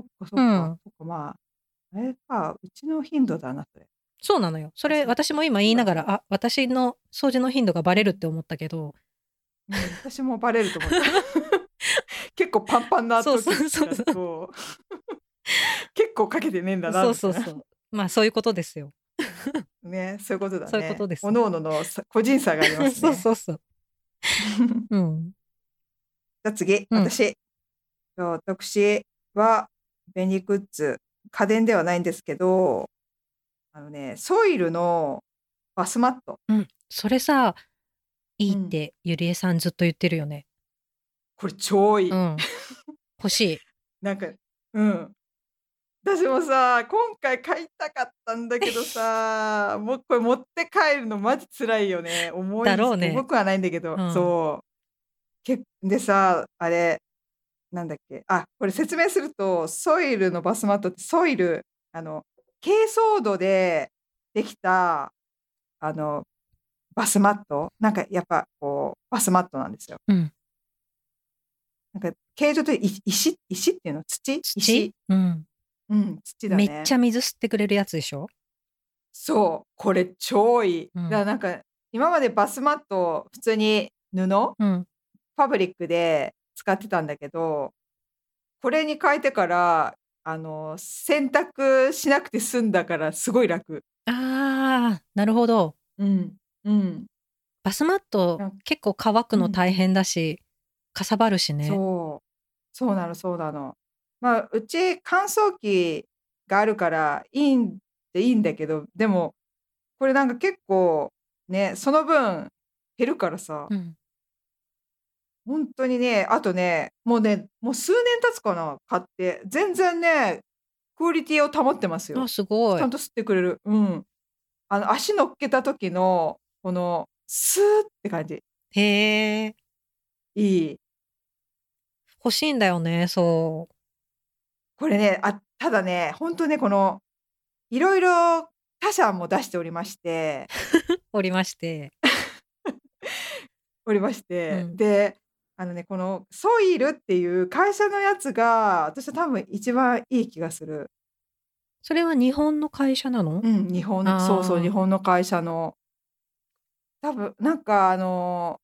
Speaker 1: っかそっか、
Speaker 2: うん
Speaker 1: そっかまああれかうちの頻度だなそれ
Speaker 2: そうなのよそ
Speaker 1: そ
Speaker 2: れ
Speaker 1: う
Speaker 2: 私も今言いながらあ私の掃除の頻度がバレるって思ったけど
Speaker 1: うん私もバレると 思った結構パンパンな
Speaker 2: そう
Speaker 1: 時
Speaker 2: そうそう
Speaker 1: だと結構かけてねえんだな
Speaker 2: そうそう
Speaker 1: みたいな
Speaker 2: そう まあそういうことで すよ、
Speaker 1: ね、そういうことだね。
Speaker 2: そういうことです
Speaker 1: 各々のさ個人差があります
Speaker 2: そう
Speaker 1: ね。じ
Speaker 2: そうそううん
Speaker 1: ゃあ次、
Speaker 2: うん
Speaker 1: 私。そう私は便利グッズ、家電ではないんですけど、あのね、ソイルのバスマット。
Speaker 2: それさいいってゆりえさんずっと言ってるよね
Speaker 1: これ超いい。
Speaker 2: うん欲しい
Speaker 1: なんか、うん。私もさ、今回買いたかったんだけどさ、もうこれ持って帰るのマジ辛いよね。重いし
Speaker 2: だろうね
Speaker 1: 重くはないんだけど、
Speaker 2: うん
Speaker 1: そう。けでさ、あれ、なんだっけ、あ、これ説明すると、ソイルのバスマットって、ソイル、あの、珪藻土でできた、あの、バスマットなんかやっぱこう、バスマットなんですよ。
Speaker 2: うん
Speaker 1: なんか、形状とい石、石っていうの土石
Speaker 2: 土、うん
Speaker 1: うん、土だ
Speaker 2: め
Speaker 1: ね。
Speaker 2: っちゃ水吸ってくれるやつでしょ
Speaker 1: そう、これ超いい。
Speaker 2: う
Speaker 1: だ
Speaker 2: ん
Speaker 1: からなんか、今までバスマット、普通に布、フ
Speaker 2: うん
Speaker 1: ァブリックで使ってたんだけど、これに変えてから、あの、洗濯しなくて済んだから、すごい楽。
Speaker 2: あーなるほど
Speaker 1: うん。うん。
Speaker 2: バスマット
Speaker 1: なんか
Speaker 2: 結構乾くの大変だし、かさばるしね
Speaker 1: そう。そうなの、そうなの。まあ、うち乾燥機があるから、いいんでいいんだけど、でも、これなんか結構、ね、その分、減るからさ、
Speaker 2: うん
Speaker 1: 本当にね、あとね、もうね、もう数年経つかな、買って。全然ね、クオリティを保ってますよ
Speaker 2: あ。すご
Speaker 1: ち
Speaker 2: い
Speaker 1: ゃんと吸ってくれる。うん。あの、足乗っけた時の、この、スーって感じ。
Speaker 2: へえ
Speaker 1: いい。
Speaker 2: 欲しいんだよねそ
Speaker 1: これね、あ、ただね、本当ね、この、いろいろ他社も出しておりまして、
Speaker 2: うおりまして
Speaker 1: おりまして、
Speaker 2: うん
Speaker 1: で、あのね、このソイルっていう会社のやつが、私は多分一番いい気がする。
Speaker 2: それは日本の会社なの、
Speaker 1: うん、日本
Speaker 2: あー
Speaker 1: そうそう日本の会社の多分なんかあの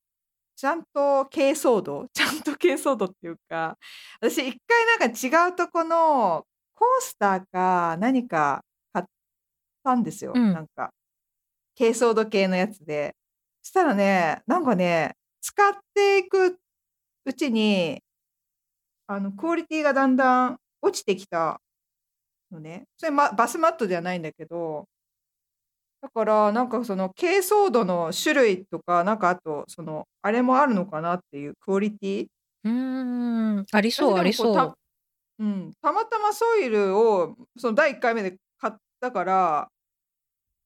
Speaker 1: ちゃんと珪藻土 ちゃんと珪藻土っていうか私一回なんか違うとこのコースターか何か買ったんですよ、
Speaker 2: うん
Speaker 1: なんか珪藻土系のやつでそしたらねなんかね使っていくうちにあのクオリティがだんだん落ちてきたのねそれ、ま、バスマットじゃないんだけどだからなんかその珪藻土の種類とかなんかあとそのあれもあるのかなっていうクオリティ
Speaker 2: うーんありそうあり
Speaker 1: 私でもこ
Speaker 2: そうう。
Speaker 1: た,、うん、たまたまソイルをその第1回目で買ったから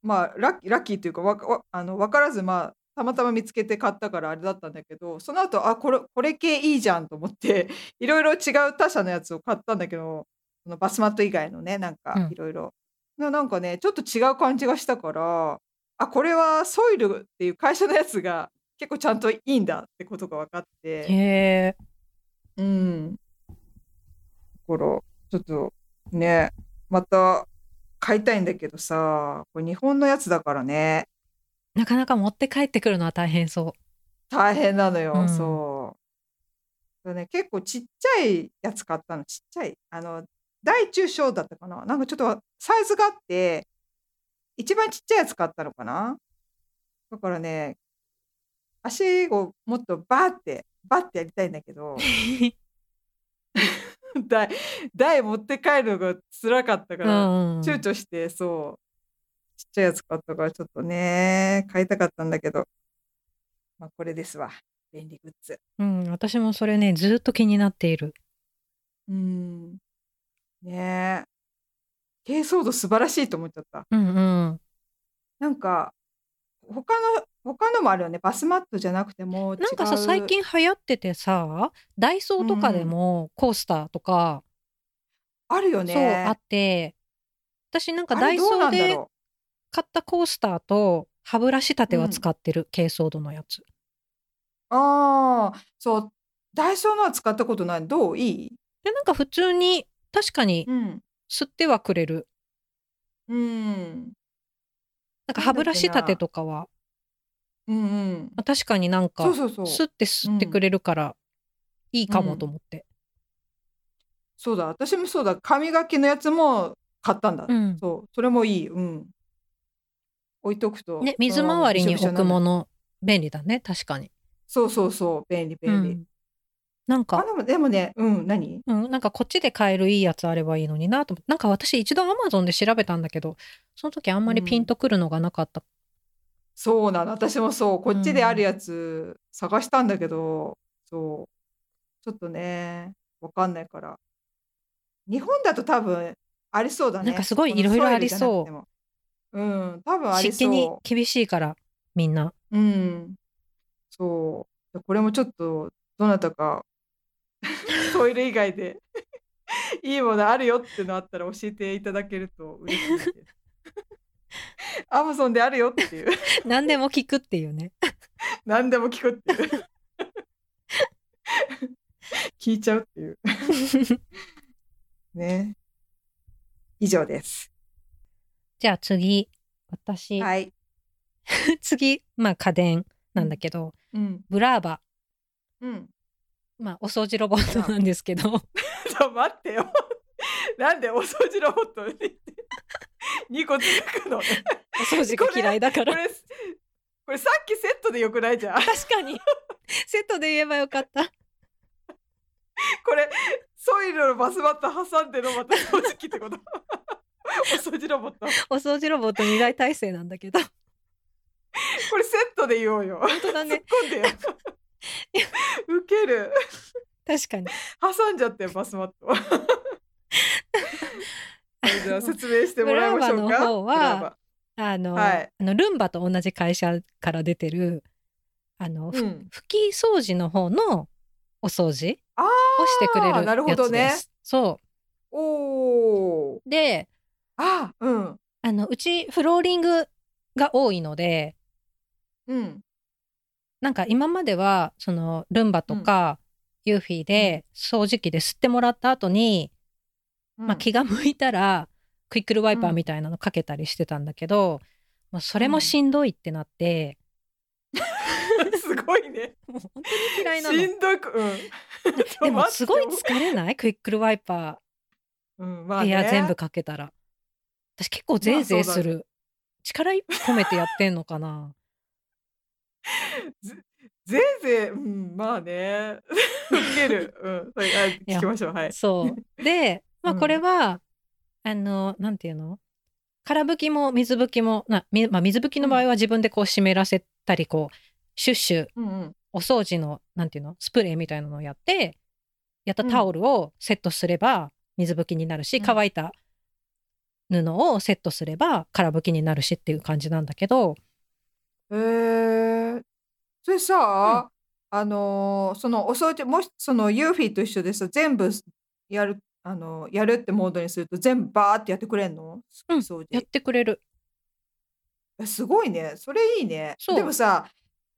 Speaker 1: まあラッキーラッキーというかわかわあの分からずまあたまたま見つけて買ったからあれだったんだけどその後あこれこれ系いいじゃんと思って いろいろ違う他社のやつを買ったんだけどそのバスマット以外のねなん
Speaker 2: うん
Speaker 1: かいろいろ、ななんかねちょっと違う感じがしたからあこれはソイルっていう会社のやつが結構ちゃんといいんだってことが分かって。
Speaker 2: へえ。
Speaker 1: うん。だから、ちょっとね、また買いたいんだけどさ、これ日本のやつだからね、
Speaker 2: なかなか持って帰ってくるのは大変そ
Speaker 1: 大変なのよ、
Speaker 2: うん
Speaker 1: そう。だね、結構ちっちゃいやつ買ったの、ちっちゃい。あの、大中小だったかななんかちょっとサイズがあって、一番ちっちゃいやつ買ったのかなだからね、足をもっとバーって、バーってやりたいんだけど
Speaker 2: う。。
Speaker 1: 台台持って帰るのが辛かったか
Speaker 2: う
Speaker 1: ら、
Speaker 2: んうん。
Speaker 1: 躊躇してそうちっちゃいやつ買ったからちょっとね買いたかったんだけどまあこれですわ便利グッズ
Speaker 2: うん、私もそれね、ずーっと気になっている。
Speaker 1: うんねえ珪藻土素晴らしいと思っちゃった
Speaker 2: うんうん。
Speaker 1: なんか他の他のもあるよねバスマットじゃなくても
Speaker 2: なんかさ、
Speaker 1: 違う
Speaker 2: 最近流行っててさ、ダイソーとかでもコースターとか、
Speaker 1: あるよね
Speaker 2: そうあって、私なんか
Speaker 1: あ
Speaker 2: ダ
Speaker 1: れ
Speaker 2: イ
Speaker 1: どう
Speaker 2: ソ
Speaker 1: な
Speaker 2: ー
Speaker 1: んだ
Speaker 2: で
Speaker 1: ろ
Speaker 2: 買ったコースターと歯ブラシ立ては使ってる、珪藻土のやつ。
Speaker 1: うああそうダイソーのは使ったことないどういい
Speaker 2: で、なんか普通に、確かに
Speaker 1: うん
Speaker 2: 吸ってはくれる。
Speaker 1: うん
Speaker 2: なんか歯ブラシ立てとかは、
Speaker 1: うんうん
Speaker 2: 確かになんか
Speaker 1: そう、そうそう
Speaker 2: 吸って吸ってくれるから、いいかもと思って。
Speaker 1: そうだ私もそうだ歯磨きのやつも買ったんだ、
Speaker 2: うん。
Speaker 1: そうそれもいいうん置いとくと
Speaker 2: ね、水回りに置くも
Speaker 1: の
Speaker 2: の、便利だね、確かに。
Speaker 1: そうそうそう便利便利、
Speaker 2: うんなん
Speaker 1: あ
Speaker 2: か、
Speaker 1: でもでもねうん何
Speaker 2: うん、なんかこっちで買えるいいやつあればいいのになと思ってなんか私一度アマゾンで調べたんだけどその時あんまりピンとくるのがなかった、
Speaker 1: そうなの私もそうこっちであるやつ探したんだけど、そうちょっとねわかんないから日本だと多分ありそうだね
Speaker 2: なんかすごい色々ありそ
Speaker 1: このソ
Speaker 2: う
Speaker 1: イルじゃなくてもうん多分あり
Speaker 2: 湿
Speaker 1: そ
Speaker 2: 気
Speaker 1: う
Speaker 2: に厳しいからみんな
Speaker 1: うん。そう。これもちょっと、どなたか、 ソイル以外で いいものあるよってのあったら教えていただけると嬉しいです。アマゾンであるよっていう。
Speaker 2: 何でも聞くっていうね
Speaker 1: 何でも聞くっていう。 聞いちゃうっていう。ね。以上です。
Speaker 2: じゃあ次私、
Speaker 1: はい。
Speaker 2: 次まあ家電なんだけど、
Speaker 1: うん。
Speaker 2: ブラーバ
Speaker 1: うん。
Speaker 2: まあお掃除ロボットなんですけど
Speaker 1: ちょ待ってよ。 なんでお掃除ロボットに2個続くの
Speaker 2: お掃除が嫌いだか
Speaker 1: こ
Speaker 2: ら
Speaker 1: れ、これさっきセットでよくないじゃん。
Speaker 2: 確かにセットで言えばよかった
Speaker 1: これ、ソイルのバスバット挟んでのまた掃除機ってこと。 お掃除ロボット。
Speaker 2: お掃除ロボット2大体制なん だけど本
Speaker 1: これセットで言おうよ。
Speaker 2: 当だ
Speaker 1: 突っ
Speaker 2: ね
Speaker 1: 込んでよ。 ウケる。
Speaker 2: 確かに
Speaker 1: 挟んじゃってバスバット。 それでは説明してもらいましょうか。
Speaker 2: ブラーバの方は
Speaker 1: ブラーバ
Speaker 2: あの,、
Speaker 1: はい
Speaker 2: あのルンバと同じ会社から出てるあの、ふ
Speaker 1: うん
Speaker 2: 拭き掃除の方のお掃除
Speaker 1: あー
Speaker 2: をしてくれる
Speaker 1: なるほ
Speaker 2: や
Speaker 1: ど
Speaker 2: つ
Speaker 1: ね
Speaker 2: です。そ
Speaker 1: おー。
Speaker 2: うで
Speaker 1: あ、うん。
Speaker 2: あのうちフローリングが多いので
Speaker 1: うん。
Speaker 2: なんか今まではそのルンバとか、ユーフィーで掃除機で吸ってもらった後に、まあ、気が向いたらクイックルワイパーみたいなのかけたりしてたんだけど、まあ、それもしんどいってなって、
Speaker 1: すごいね。
Speaker 2: もう本当に嫌いなの。
Speaker 1: しんどく。うん。 ちょ
Speaker 2: でも
Speaker 1: 待って
Speaker 2: すごい疲れないクイックルワイパ
Speaker 1: うん、ま
Speaker 2: ー
Speaker 1: あ、
Speaker 2: 部
Speaker 1: ね。
Speaker 2: 屋全部かけたら、私結構ゼーゼーす
Speaker 1: まあそう
Speaker 2: る、力いっぱい込めてやってんの かな
Speaker 1: ぜいぜい、うん、まあね。 受ける。うん、それあ
Speaker 2: や
Speaker 1: 聞きましょう。はい。
Speaker 2: そうでまあ
Speaker 1: うん
Speaker 2: これは、あのなんていうの空拭きも水拭きもな、みまあ、水拭きの場合は自分でこう湿らせたりこうシュッシュ
Speaker 1: うんうん
Speaker 2: お掃除のなんていうのスプレーみたいなのをやってやったタオルをセットすれば水拭きになるし、
Speaker 1: うん
Speaker 2: 乾いた布をセットすれば空拭きになるしっていう感じなんだけど
Speaker 1: えー、それさ、あのーそのお掃除もしそのユーフィーと一緒でさ全部やるあのーやるってモードにすると全部バーってやってくれんの？
Speaker 2: うん
Speaker 1: 掃除
Speaker 2: やってくれる
Speaker 1: えすごいねそれいいね
Speaker 2: そう
Speaker 1: でもさ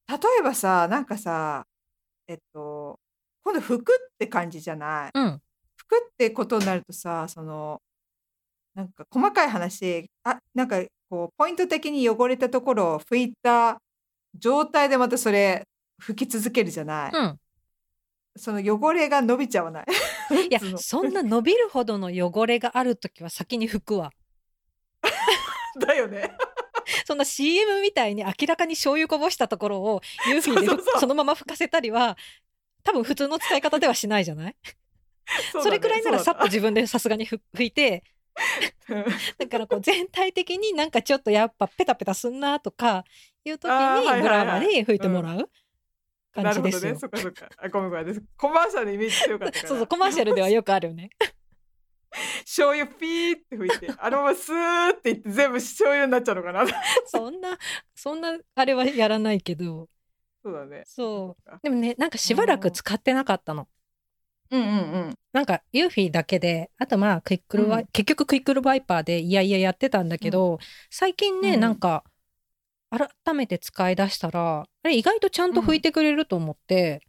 Speaker 1: 例えばさなんかさえっと今度服って感じじゃない
Speaker 2: うん
Speaker 1: 服ってことになるとさそのなんか細かい話あなんかこうポイント的に汚れたところを拭いた状態でまたそれ拭き続けるじゃない、
Speaker 2: うん
Speaker 1: その汚れが伸びちゃわない
Speaker 2: いや
Speaker 1: その
Speaker 2: そんな伸びるほどの汚れがある時は先に拭 くわ
Speaker 1: だよね
Speaker 2: そんな CM みたいに明らかに醤油こぼしたところ をユーフィーで
Speaker 1: そうそうそう
Speaker 2: そのまま拭かせたりは多分普通の使い方ではしないじゃない
Speaker 1: そ
Speaker 2: そう
Speaker 1: だね
Speaker 2: れくらいならさっと自分でさすがにふ拭いて
Speaker 1: そうだ
Speaker 2: だからこう全体的になんかちょっとやっぱペタペタすんなとかいう時
Speaker 1: あーはいはいは
Speaker 2: に
Speaker 1: い
Speaker 2: ブラーマで拭いてもらう感じで
Speaker 1: なるほ
Speaker 2: す
Speaker 1: ど
Speaker 2: よ。
Speaker 1: ねそっかそっかあごめんごめん私コマーシャルのイメージ強かったから
Speaker 2: そうそうコマーシャルではよくあるよね。
Speaker 1: 醤油ピーって吹いてあのままスーって言って全部醤油になっちゃうのかな
Speaker 2: そんなそんなあれはやらないけど
Speaker 1: そうだね
Speaker 2: そうでもねなんかしばらく使ってなかったの。
Speaker 1: うんうんうん
Speaker 2: なんかユーフィーだけであとまあクイックルワイ、
Speaker 1: うん
Speaker 2: 結局クイックルワイパーでいやいややってたんだけど、最近ね、
Speaker 1: うん
Speaker 2: なんか改めて使い出したらあれ意外とちゃんと拭いてくれると思って。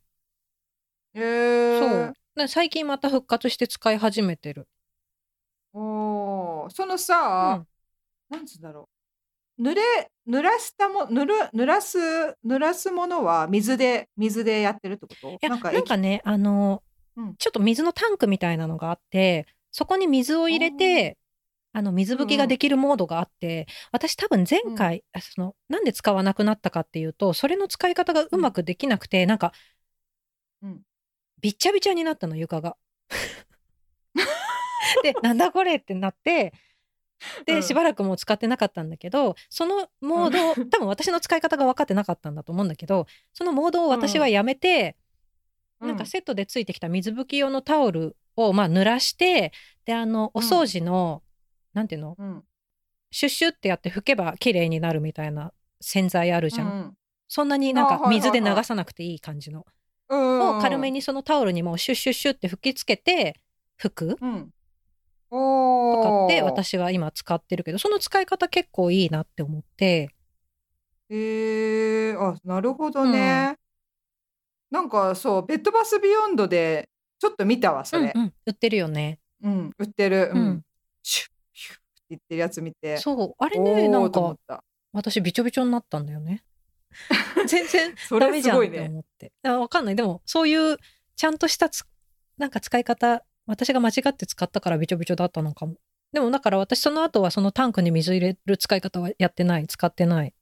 Speaker 1: えー、
Speaker 2: そう。ね最近また復活して使い始めてる。
Speaker 1: おーその
Speaker 2: う
Speaker 1: さ、
Speaker 2: ん、
Speaker 1: なんつうんだろう濡れ濡らしたも濡る濡らす濡らすものは水で水でやってるってこと
Speaker 2: い
Speaker 1: な
Speaker 2: やなんん
Speaker 1: か
Speaker 2: か
Speaker 1: 液
Speaker 2: ねあの、
Speaker 1: うん
Speaker 2: ちょっと水のタンクみたいなのがあってそこに水を入れてあの水拭きができるモードがあって、私多分前回、あそのなんで使わなくなったかっていうとそれの使い方がうまくできなくて、なんか、
Speaker 1: うん
Speaker 2: びっちゃびちゃになったの 床が。でなんだこれってなって
Speaker 1: う
Speaker 2: で
Speaker 1: ん
Speaker 2: しばらくもう使ってなかったんだけどそのモードを
Speaker 1: う
Speaker 2: 多分私の使い方が分かってなかったんだと思うんだけどそのモードを私はやめて、なんかセットでついてきた水拭き用のタオルをまあ濡らしてであのお掃除の、なんていうの
Speaker 1: うんうん
Speaker 2: シュッシュってやって拭けば綺麗になるみたいな洗剤あるじゃん、
Speaker 1: うん
Speaker 2: そんなになん
Speaker 1: あはい
Speaker 2: か
Speaker 1: はいはい
Speaker 2: 水で流さなくていい感じの、
Speaker 1: うん
Speaker 2: を軽めにそのタオルにもうシュッシュッシュッって吹きつけて拭く
Speaker 1: うん
Speaker 2: とか
Speaker 1: お
Speaker 2: っ
Speaker 1: ー
Speaker 2: て私は今使ってるけどその使い方結構いいなって思って
Speaker 1: えー、あなるほどね、なんかそうベッドバスビヨンドでちょっと見たわそれ、
Speaker 2: うんうん、売ってるよね、
Speaker 1: うん売ってる、う
Speaker 2: うんん、
Speaker 1: シュッシュッって言ってるやつ見て
Speaker 2: そうあれ
Speaker 1: お
Speaker 2: ね
Speaker 1: ー
Speaker 2: なん
Speaker 1: と思っ
Speaker 2: か
Speaker 1: た
Speaker 2: 私びちょびちょになったんだ よね全然
Speaker 1: そ
Speaker 2: ダメ
Speaker 1: れ
Speaker 2: じ
Speaker 1: す
Speaker 2: ゃん
Speaker 1: ご
Speaker 2: っ
Speaker 1: い
Speaker 2: て
Speaker 1: ね
Speaker 2: 思って。あわかんない。でも、そういう、ちゃんとしたつ、なんか使い方、私が間違って使ったからびちょびちょだったのかも。でも、だから私、その後はそのタンクに水入れる使い方はやってない、使ってない。
Speaker 1: へ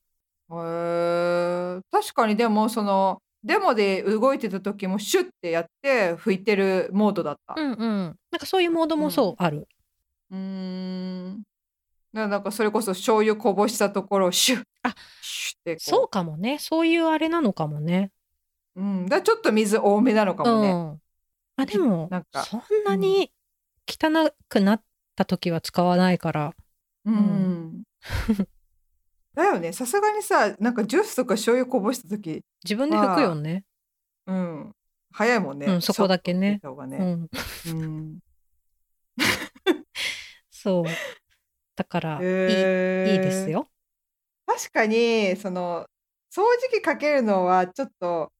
Speaker 1: ー確かにでもそのデモで動いてた時もシュッてやって拭いてるモードだった
Speaker 2: うんうん。なんかそういうモードもそう、ある。
Speaker 1: うーんななんかそれこそ醤油こぼしたところをシュッ
Speaker 2: あ
Speaker 1: シュッてこう
Speaker 2: そうかもね。そういうあれなのかもね。
Speaker 1: うん、だからちょっと水多めなのかもね、
Speaker 2: うん。あ、でも
Speaker 1: なん、か
Speaker 2: そんなに汚くなった時は使わないから。
Speaker 1: うんだよねさすがにさなんかジュースとか醤油こぼした時、
Speaker 2: 自分で拭くよね。
Speaker 1: うん、早いもんね、
Speaker 2: うんそこだけね
Speaker 1: さっと拭いた方がね、
Speaker 2: うん。
Speaker 1: うん
Speaker 2: そう。だから、いい、
Speaker 1: へー
Speaker 2: いいですよ。
Speaker 1: 確かにその掃除機かけるのはちょっと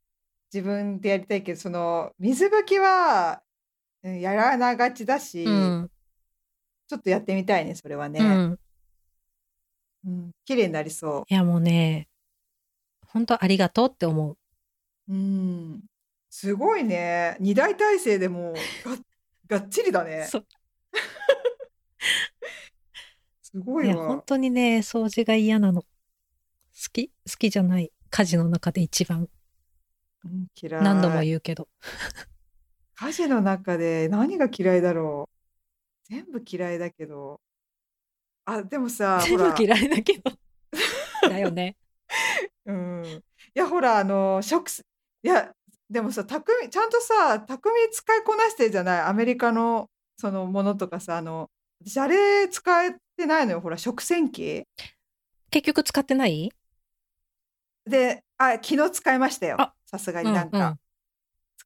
Speaker 1: 自分でやりたいけどその水拭きはうんやらながちだし、
Speaker 2: うん。
Speaker 1: ちょっとやってみたいねそれはね、
Speaker 2: うん、
Speaker 1: うん綺麗になりそ
Speaker 2: いやもうね本当ありがとうって思う
Speaker 1: う、うん、すごいね二大体制でもうががっちりだね
Speaker 2: そう
Speaker 1: すご
Speaker 2: い
Speaker 1: い
Speaker 2: や
Speaker 1: わ
Speaker 2: 本当にね掃除が嫌なの好き好きじゃない家事の中で一番
Speaker 1: うん嫌い
Speaker 2: 何度も言うけど
Speaker 1: 家事の中で何が嫌いだろう全部嫌いだけどあでもさほ
Speaker 2: 全
Speaker 1: ら
Speaker 2: 部嫌いだけどだ よね
Speaker 1: うんいやほらあの食すいやでもさ匠ちゃんとさ匠使いこなしてるじゃないアメリカのそのものとかさあの私あれ使えてないのよほら食洗機
Speaker 2: 結局使ってない
Speaker 1: であ昨日使いましたよ
Speaker 2: あ
Speaker 1: さすがになんか、
Speaker 2: うんうん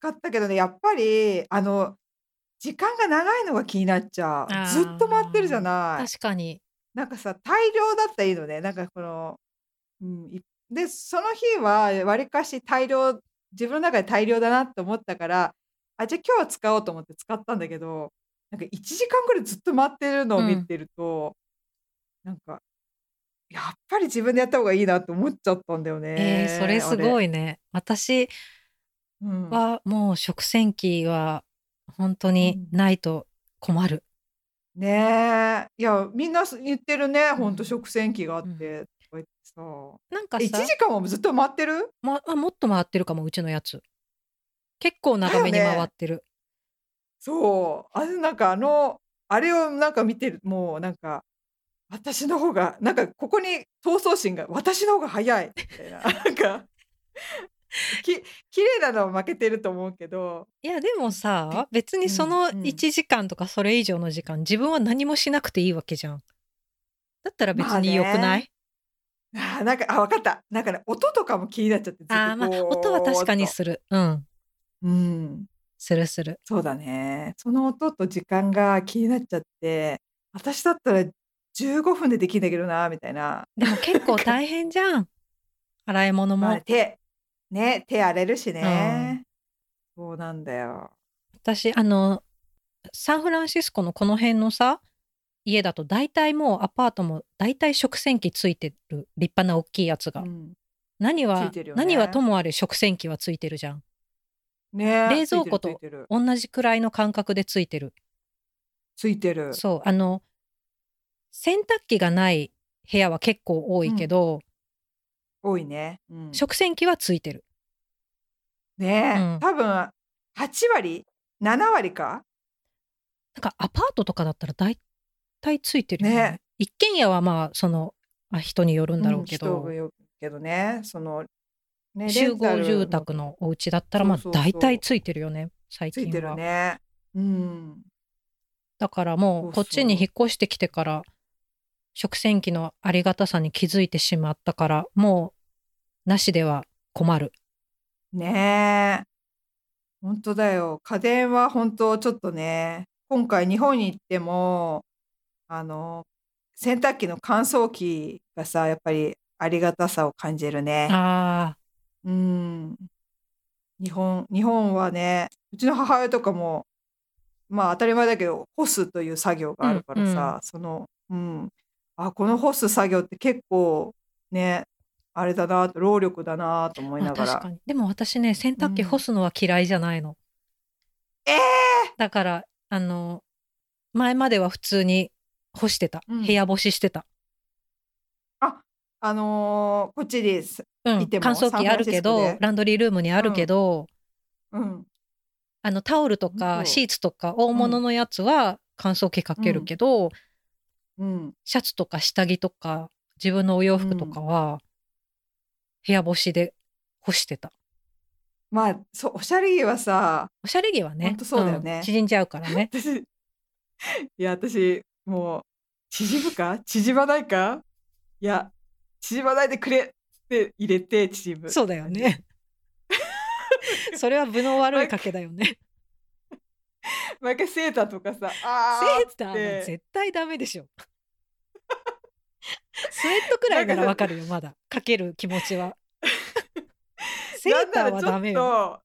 Speaker 1: 使ったけどねやっぱりあの時間が長いのが気になっちゃ
Speaker 2: あー
Speaker 1: うずっと回ってるじゃない
Speaker 2: 確かに
Speaker 1: なんかさ大量だったらいいのねなんかこの、うん、いでその日はわりかし大量自分の中で大量だなと思ったからあじゃあ今日は使おうと思って使ったんだけどなんか1時間ぐらいずっと待ってるのを見てると、なんかやっぱり自分でやった方がいいなと思っちゃったんだよね。
Speaker 2: えーそれす
Speaker 1: あ
Speaker 2: ごいね私
Speaker 1: うん、
Speaker 2: はもう食洗機は本当にないと困る、
Speaker 1: ねえいやみんなす言ってるね、
Speaker 2: ん
Speaker 1: ほんと食洗機があって、
Speaker 2: うん
Speaker 1: とか言ってさ
Speaker 2: なんか
Speaker 1: え1
Speaker 2: さ
Speaker 1: 時間もずっと待ってる
Speaker 2: まあ、もっと回ってるかもうちのやつ結構長めに
Speaker 1: だよね
Speaker 2: 回ってる、
Speaker 1: そうあれなんかあのあれをなんか見てるもうなんか私の方がなんかここに闘争心が私の方が早いみた いななんか き綺麗なのは負けてると思うけど
Speaker 2: いやでもさ別にその
Speaker 1: うんうん
Speaker 2: 1時間とかそれ以上の時間自分は何もしなくていいわけじゃんだったら別に良く
Speaker 1: まあ
Speaker 2: ない
Speaker 1: ね、あーなんかあ分かったなんかね音とかも気になっちゃってずっと
Speaker 2: あーまあ
Speaker 1: こう
Speaker 2: 音は確かに
Speaker 1: と
Speaker 2: するうん
Speaker 1: うん
Speaker 2: するする
Speaker 1: そうだね。その音と時間が気になっちゃって、私だったら15分でできるんだけどな、みたいな。
Speaker 2: でも結構大変 じゃん洗い物も、
Speaker 1: まあ、手、ね、手荒れるしね。そうなんだよ。
Speaker 2: 私あのサンフランシスコのこの辺のさ家だと大体もうアパートも大体食洗機ついてる立派な大きいやつが、
Speaker 1: うん
Speaker 2: 何
Speaker 1: つ
Speaker 2: はい
Speaker 1: てるよね
Speaker 2: 何はともあれ食洗機はついてるじゃん
Speaker 1: ね
Speaker 2: 冷蔵庫と
Speaker 1: ついてる
Speaker 2: 同じくらいの感覚でついてる
Speaker 1: ついてる。ついてる
Speaker 2: そうあの洗濯機がない部屋は結構多いけど、
Speaker 1: 多いね。うん、
Speaker 2: 食洗機はついてる
Speaker 1: ね、
Speaker 2: うん
Speaker 1: 多分8割、7割か。
Speaker 2: なんかアパートとかだったら大体ついてるよね
Speaker 1: ね
Speaker 2: 一軒家はまあそのまあ人によるんだろうけ
Speaker 1: ん
Speaker 2: ど、
Speaker 1: 人よるけどね、その、ね
Speaker 2: 集
Speaker 1: レンタ
Speaker 2: 合
Speaker 1: ル
Speaker 2: 住宅のお家だったら
Speaker 1: そう
Speaker 2: まあ
Speaker 1: そうそう
Speaker 2: 大体ついてるよね最
Speaker 1: つ
Speaker 2: 近
Speaker 1: い
Speaker 2: は
Speaker 1: てるね。うん。
Speaker 2: だからも
Speaker 1: そうう
Speaker 2: こっちに引っ越してきてから食洗機のありがたさに気づいてしまったからもうなしでは困る
Speaker 1: ねえ。本当だよ。家電は本当ちょっとね、今回日本に行っても、あの、洗濯機の乾燥機がさ、やっぱりありがたさを感じるね。
Speaker 2: あ
Speaker 1: うん。日本、日本はね、うちの母親とかも、まあ当たり前だけど、干すという作業があるからさ、
Speaker 2: うん
Speaker 1: その、うん。あ、この干す作業って結構ね、あれだなと、労力だなと思い
Speaker 2: ーま
Speaker 1: な
Speaker 2: あ
Speaker 1: がら。
Speaker 2: 確かにでも私ね洗濯機
Speaker 1: うん
Speaker 2: 干すのは嫌いじゃないの、
Speaker 1: ええ
Speaker 2: だからあの前までは普通に干してた、
Speaker 1: うん
Speaker 2: 部屋干ししてた、
Speaker 1: あのーこっちです。
Speaker 2: うん、
Speaker 1: いても
Speaker 2: 乾燥機ある
Speaker 1: サ
Speaker 2: け
Speaker 1: ンフランシスコ
Speaker 2: ど
Speaker 1: で
Speaker 2: ランドリールームにあるけど、
Speaker 1: うん。
Speaker 2: あのタオルと
Speaker 1: 本
Speaker 2: か
Speaker 1: 当
Speaker 2: シーツとか大物のやつは乾燥機かけるけど、
Speaker 1: うん。
Speaker 2: シャツとか下着とか自分のお洋服とかは部屋干しで干してた。
Speaker 1: まあ、そう、おしゃれ着はさ、
Speaker 2: おしゃれ着はね
Speaker 1: ほんとそうだよね
Speaker 2: ん縮んじゃうか らね
Speaker 1: 私、いや、私、もう、縮むか縮まないかいや、縮まないでくれって入れて縮む。
Speaker 2: そうだよ。ねそれは無能悪い賭けだよね
Speaker 1: 毎回セーターとかさ、
Speaker 2: セ
Speaker 1: あー
Speaker 2: ーターは絶対ダメでしょ スウェットくらいならわかるよまだかける気持ち はセーターはダメよ
Speaker 1: よ。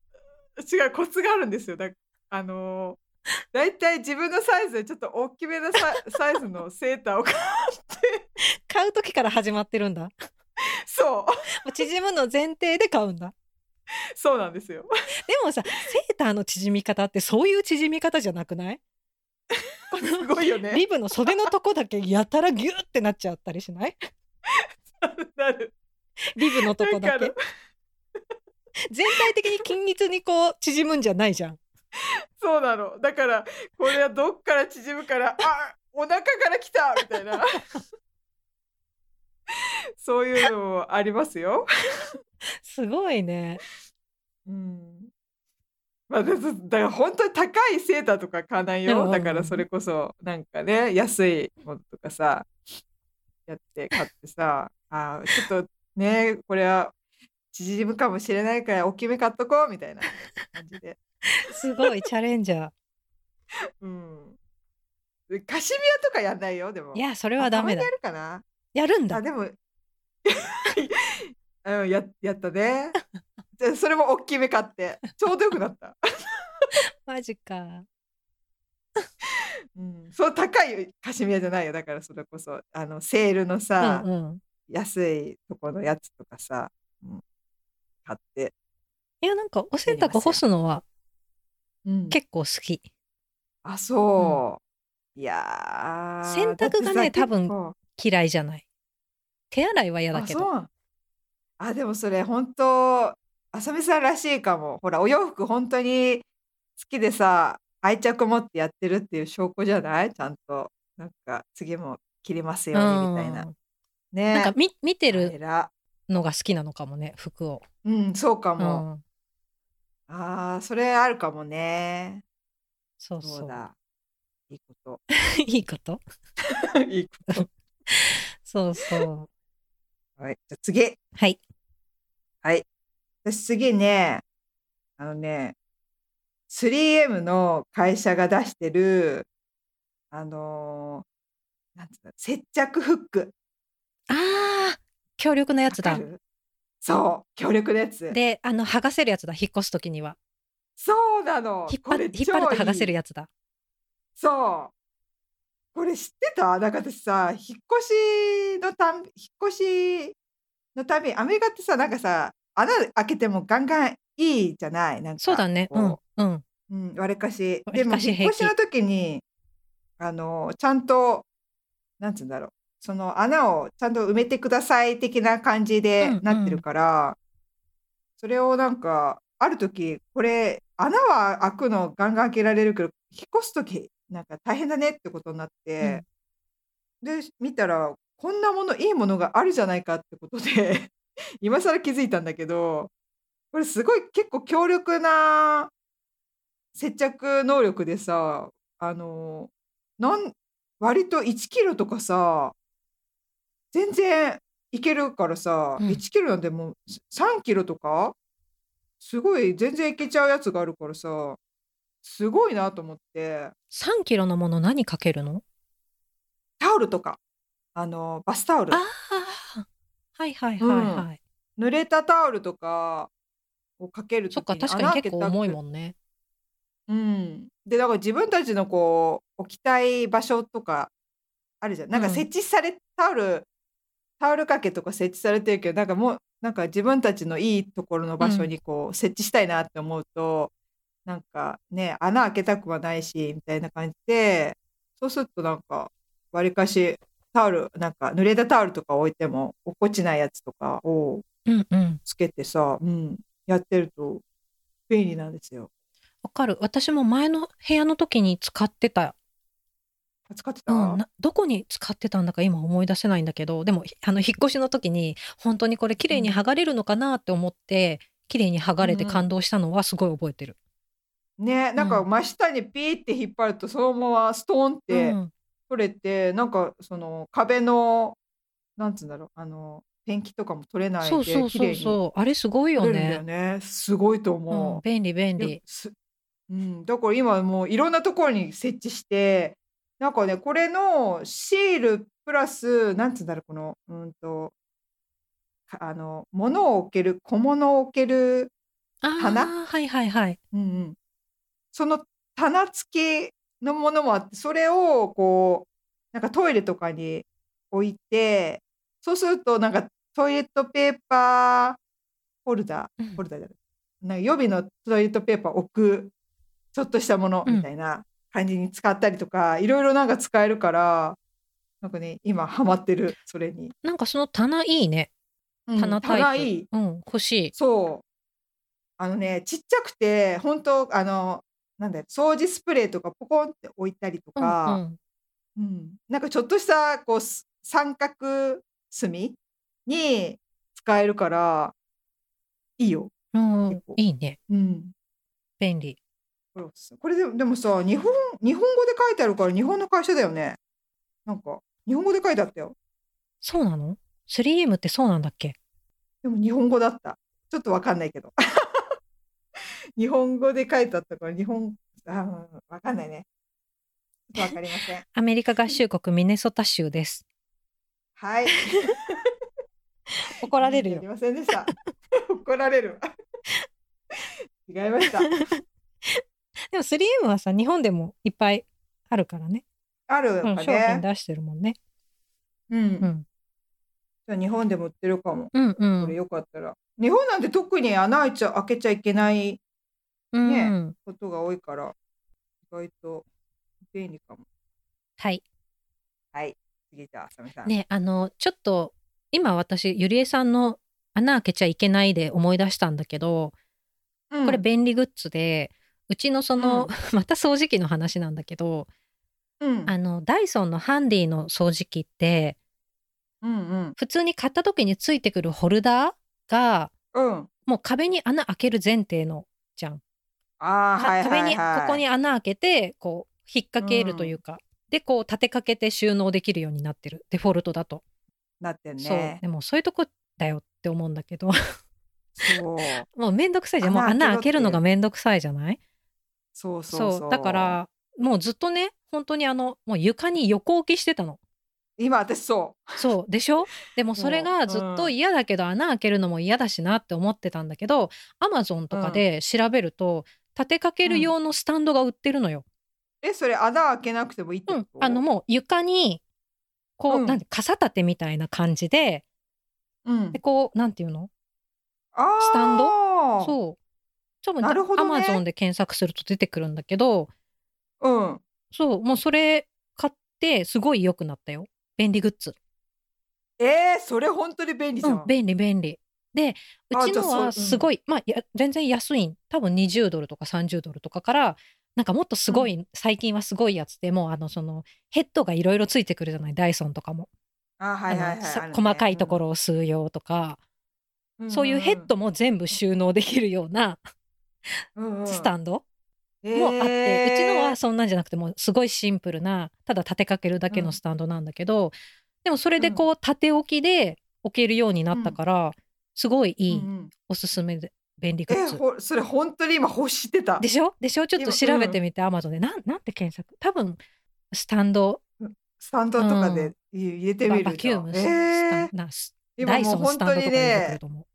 Speaker 1: 違う、コツがあるんですよ。だあのー、だいたい自分のサイズでちょっと大きめなサイ サイズのセーターを買って、
Speaker 2: 買う時から始まってるんだも
Speaker 1: そう、
Speaker 2: う縮むの前提で買うんだ
Speaker 1: そうなんですよ。
Speaker 2: でもさセーターの縮み方ってそういう縮み方じゃなくないこ
Speaker 1: す
Speaker 2: の
Speaker 1: ごいよね。
Speaker 2: リブの袖のとこだけやたらギューってなっちゃったりしない
Speaker 1: なる。
Speaker 2: リブのとこだ
Speaker 1: わか
Speaker 2: け
Speaker 1: る
Speaker 2: 全体的に均一にこう縮むんじゃないじゃん
Speaker 1: そうなの。だから、これはどっから縮むから、あお腹から来たみたいな そういうのもありますよ。
Speaker 2: すごいね。
Speaker 1: うんまあ、だだから本当に高いセーターとか買わない
Speaker 2: うんうんう
Speaker 1: よ
Speaker 2: ん
Speaker 1: だからそれこそなんかね安いものとかさやって買ってさあーちょっとねこれは縮むかもしれないから大きめ買っとこうみたいな感じで。
Speaker 2: すごいチャ レンジャ
Speaker 1: うん、でカシミヤとかやんないよでも。
Speaker 2: ー。いや、それはダメだ
Speaker 1: あたまにや。るかな
Speaker 2: やるん
Speaker 1: あ
Speaker 2: だ。
Speaker 1: でも うんややった ねじゃあそれも大きめ買ってちょうどよくなった、
Speaker 2: マジか。
Speaker 1: うん、そう高いカシミヤじゃないよだからそれこそあのセールの
Speaker 2: う
Speaker 1: さ、
Speaker 2: んうん。
Speaker 1: 安いとこのやつとかさ、うん、買って、
Speaker 2: いや、なんかお洗濯干すのは
Speaker 1: うん
Speaker 2: 結構好き。
Speaker 1: あそう、いやー
Speaker 2: 洗濯がね
Speaker 1: だってさ
Speaker 2: 多分
Speaker 1: 結構
Speaker 2: 嫌いじゃない。手洗いは嫌だけ
Speaker 1: あ
Speaker 2: ど。
Speaker 1: そうあでもそれ本当浅見さんらしいかもほらお洋服本当に好きでさ愛着持ってやってるっていう証拠じゃないちゃんとなんか次も切りますようにみたいな、
Speaker 2: うん
Speaker 1: ね
Speaker 2: なんか見見て
Speaker 1: あ
Speaker 2: る
Speaker 1: ら
Speaker 2: のが好きなのかもね、服を。
Speaker 1: うんそうか
Speaker 2: う
Speaker 1: も、
Speaker 2: ん。
Speaker 1: ああーそれあるかもね
Speaker 2: そう
Speaker 1: そう
Speaker 2: そう。
Speaker 1: だいいこ
Speaker 2: いいこと
Speaker 1: といいこと
Speaker 2: そ うそう。
Speaker 1: はいじゃあ次
Speaker 2: はい。
Speaker 1: はい。私次ね、あのね、3M の会社が出してる、あのーなんつうの、接着フック。
Speaker 2: ああ、強力なやつ
Speaker 1: わか。
Speaker 2: だ
Speaker 1: るそう、強力なやつ。
Speaker 2: で、あの、剥がせるやつだ。引っ越すときには。
Speaker 1: そうなの。
Speaker 2: 引っ
Speaker 1: こ
Speaker 2: 張
Speaker 1: れ
Speaker 2: る引っ張ると剥がせる
Speaker 1: や
Speaker 2: やつだ。
Speaker 1: つ。そう。これ知ってたなんか私さ、引っ越しのたん、引っ越しのたび、アメリカってさ、なんかさ、穴開けてもガンガンいいじゃないなんか
Speaker 2: そうだね。
Speaker 1: こ
Speaker 2: うん。うん。
Speaker 1: うん、われかし。
Speaker 2: わ
Speaker 1: で
Speaker 2: り
Speaker 1: も、
Speaker 2: かし
Speaker 1: 引っ越し
Speaker 2: 平
Speaker 1: の時に、あの、ちゃんと、なんつうんだろう、その穴をちゃんと埋めてください的な感じ
Speaker 2: う
Speaker 1: で
Speaker 2: んうん
Speaker 1: なってるから、それをなんか、ある時、これ、穴は開くのガンガン開けられるけど、引っ越す時、なんか大変だねってことになって、で、見たら、こんなもの、いいものがあるじゃないかってことで、 今更気づいたんだけど、これすごい結構強力な接着能力でさあのなん割と1キロとかさ全然いけるからさ、
Speaker 2: うん
Speaker 1: 1キロなんてもう3キロとかすごい全然いけちゃうやつがあるからさすごいなと思って
Speaker 2: 3キロのもの何かけるの
Speaker 1: タオルとかあのバスタオル
Speaker 2: ああ。はいはいはいはい。
Speaker 1: 濡れたタオルとかをかける
Speaker 2: そ
Speaker 1: と
Speaker 2: っ
Speaker 1: き
Speaker 2: か、
Speaker 1: に
Speaker 2: 確かに
Speaker 1: 穴開け
Speaker 2: 結構
Speaker 1: た
Speaker 2: 重い
Speaker 1: く
Speaker 2: もんね。
Speaker 1: うん、でだから自分たちのこう置きたい場所とかあるじゃんなんか
Speaker 2: うん
Speaker 1: 設置され、タオルタオル掛けとか設置されてるけどなんかもうなんか自分たちのいいところの場所にこう設置したいなって思うと、なんかね穴開けたくはないしみたいな感じでそうするとなんかわりかしタオルなんか濡れたタオルとか置いても落っこちないやつとかを
Speaker 2: うんうん。
Speaker 1: つけてさ、うん、やってると便利なんですよ。
Speaker 2: わかる。私も前の部屋の時に使ってた。
Speaker 1: 使ってた、
Speaker 2: うん。などこに使ってたんだか今思い出せないんだけど、でも、ひあの、引っ越しの時に、本当にこれ綺麗に剥がれるのかなって思って、綺麗に剥がれて
Speaker 1: うんうん
Speaker 2: 感動したのはすごい覚えてる。
Speaker 1: ねなんか真下にピーって引っ張るとそのままストーンっ
Speaker 2: う
Speaker 1: て
Speaker 2: ん
Speaker 1: 取れて、なんかその壁のなんつうんだろうあのペンキとかも取れない
Speaker 2: そう
Speaker 1: で
Speaker 2: そう
Speaker 1: 綺
Speaker 2: そ
Speaker 1: 麗
Speaker 2: う
Speaker 1: に取
Speaker 2: そう。あれすごいよ
Speaker 1: れるんだよ
Speaker 2: ね。
Speaker 1: ねすごいと
Speaker 2: うん
Speaker 1: 思
Speaker 2: 便利便
Speaker 1: う、
Speaker 2: 利。
Speaker 1: すうん、だから今もういろんなところに設置してなんかねこれのシールプラスなんつうんだろうこのうんとかあの物を置ける小物を置ける
Speaker 2: ああ
Speaker 1: 棚
Speaker 2: はいはいはい。
Speaker 1: うんうん、その棚付きのものもあってそれをこうなんかトイレとかに置いてそうするとなんかトイレットペーパーホルダ
Speaker 2: うん
Speaker 1: ーホルダーじゃないなんか予備のトイレットペーパー置くちょっとしたもの
Speaker 2: うん
Speaker 1: みたいな感じに使ったりとか、いろいろなんか使えるからなんかね今ハマってるそれに。
Speaker 2: なんかその棚いいね。
Speaker 1: うん
Speaker 2: 棚タイプ。
Speaker 1: 棚いい
Speaker 2: うん、欲しい。
Speaker 1: そう。あのね、ちっちゃくて、本当あの、なんだよ、掃除スプレーとかポコンって置いたりと
Speaker 2: うんう
Speaker 1: か、
Speaker 2: ん。
Speaker 1: うん、なんかちょっとしたこうす三角墨に使えるからいいよ。
Speaker 2: うん
Speaker 1: 結構
Speaker 2: いいね。
Speaker 1: うん、
Speaker 2: 便利。
Speaker 1: これおすすめこれでもでもさ日本日本語で書いてあるから日本の会社だよね。なんか日本語で書いてあったよ。
Speaker 2: そうなの ?3M ってそうなんだっけ
Speaker 1: でも日本語だった。ちょっとわかんないけど。 日本語で書いてあったから日本あーわかんないね。ちょっとわかりません。
Speaker 2: アメリカ合衆国ミネソタ州です。
Speaker 1: はい。
Speaker 2: 怒られる
Speaker 1: や
Speaker 2: よ
Speaker 1: り。ませんでした。 怒られる わ。違いました。
Speaker 2: でも 3M はさ、日本でもいっぱいあるからね。
Speaker 1: ある
Speaker 2: う
Speaker 1: の
Speaker 2: ん、
Speaker 1: か
Speaker 2: 商
Speaker 1: ね。
Speaker 2: 品出してるもんね。
Speaker 1: うん。
Speaker 2: うん。
Speaker 1: じゃあ日本でも売ってるかも。
Speaker 2: うんう
Speaker 1: これ
Speaker 2: ん。
Speaker 1: よかったら。日本なんて特に穴開いちゃ開けちゃいけない
Speaker 2: うん
Speaker 1: ねことが多いから、意外と便利かも。
Speaker 2: はい。
Speaker 1: はい。次じゃあ、あさみさん。
Speaker 2: ね、あの、ちょっと、今私、ゆりえさんの穴開けちゃいけないで思い出したんだけど、
Speaker 1: うん
Speaker 2: これ便利グッズで、うちのその、
Speaker 1: う
Speaker 2: また掃除機の話なんだけど、
Speaker 1: うん
Speaker 2: あの、ダイソンのハンディの掃除機って、
Speaker 1: うん
Speaker 2: 普通に買った時についてくるホルダーが、
Speaker 1: うん。うん。
Speaker 2: もう壁に穴開ける前提のじゃん。
Speaker 1: ああ、
Speaker 2: か
Speaker 1: はいはい、
Speaker 2: 壁
Speaker 1: はい。
Speaker 2: にここに穴開けてこう引っ掛けるというか、でこう立てかけて収納できるようになってるデフォルトだと、
Speaker 1: なってん
Speaker 2: そう
Speaker 1: ね。
Speaker 2: でもそういうとこだよって思うんだけど
Speaker 1: そう。
Speaker 2: もうめんどくさいじゃんもう
Speaker 1: 穴
Speaker 2: 穴開
Speaker 1: 開けろっ
Speaker 2: け
Speaker 1: ていう
Speaker 2: るのがめんどくさいじゃない
Speaker 1: そうそう
Speaker 2: そう
Speaker 1: そう
Speaker 2: だからもうずっとね本当にあのもう床に横置きしてたの
Speaker 1: 今私そ
Speaker 2: そうでしょ でもそれがずっ
Speaker 1: う
Speaker 2: と
Speaker 1: ん
Speaker 2: 嫌だけど穴開けるのも嫌だしなって思ってたんだけどアマゾンとかで調べると立てかける用のスタンドが売ってるのよ。
Speaker 1: うえそれ穴開けなくてもいいって
Speaker 2: う
Speaker 1: こ
Speaker 2: ん
Speaker 1: と、、
Speaker 2: あのもう床にこう、
Speaker 1: うん
Speaker 2: なんて傘立てみたいな感じで
Speaker 1: うん
Speaker 2: で、こうなんていうの
Speaker 1: あ
Speaker 2: スタン
Speaker 1: ド
Speaker 2: そう多分
Speaker 1: なるほど
Speaker 2: ア
Speaker 1: ね
Speaker 2: マゾンで検索すると出てくるんだけど
Speaker 1: う、うん、
Speaker 2: そうもうそれ買ってすごい良くなったよ便利グッズ、
Speaker 1: えー、それ本当に便利じ
Speaker 2: う
Speaker 1: ゃん、
Speaker 2: ん、便利便利でう
Speaker 1: あ
Speaker 2: ち
Speaker 1: じゃあ
Speaker 2: のは
Speaker 1: そううん
Speaker 2: すごいまあや全然安いん多分20ドルとか30ドルとかからなんかもっとすごい、最近はすごいやつでもうあのそのヘッドがいろいろついてくるじゃないダイソンとかも、
Speaker 1: あはいはい
Speaker 2: あ
Speaker 1: は
Speaker 2: の
Speaker 1: い、
Speaker 2: さ
Speaker 1: あるね
Speaker 2: 細かいとこ、ろを吸う用とか、
Speaker 1: ん
Speaker 2: そういうヘッドも全部収納できるようなスタ
Speaker 1: ン
Speaker 2: ンド
Speaker 1: ド
Speaker 2: もあって、うちのはそんなんじゃなくてもうすごいシンプルなただ立てかけるだけのスタンドなんだけど、でもそれでこう縦置きで置けるようになったから、すごいいい、おすすめで便利グ
Speaker 1: え
Speaker 2: ッズ。
Speaker 1: ほそれ本当に今欲してた
Speaker 2: でしょでしょちょっと調べてみて、アマゾンでなんなんて検索多分スタンド
Speaker 1: スタンドとかで入れて
Speaker 2: バ
Speaker 1: みる
Speaker 2: バ
Speaker 1: じ
Speaker 2: キュ
Speaker 1: ゃ
Speaker 2: ー
Speaker 1: ん
Speaker 2: ムス,、
Speaker 1: えー、
Speaker 2: タンなスダ
Speaker 1: 今
Speaker 2: イ
Speaker 1: もう
Speaker 2: ソンス
Speaker 1: 本
Speaker 2: タンド
Speaker 1: 当
Speaker 2: とか
Speaker 1: に
Speaker 2: に出てくる
Speaker 1: ね
Speaker 2: と思う。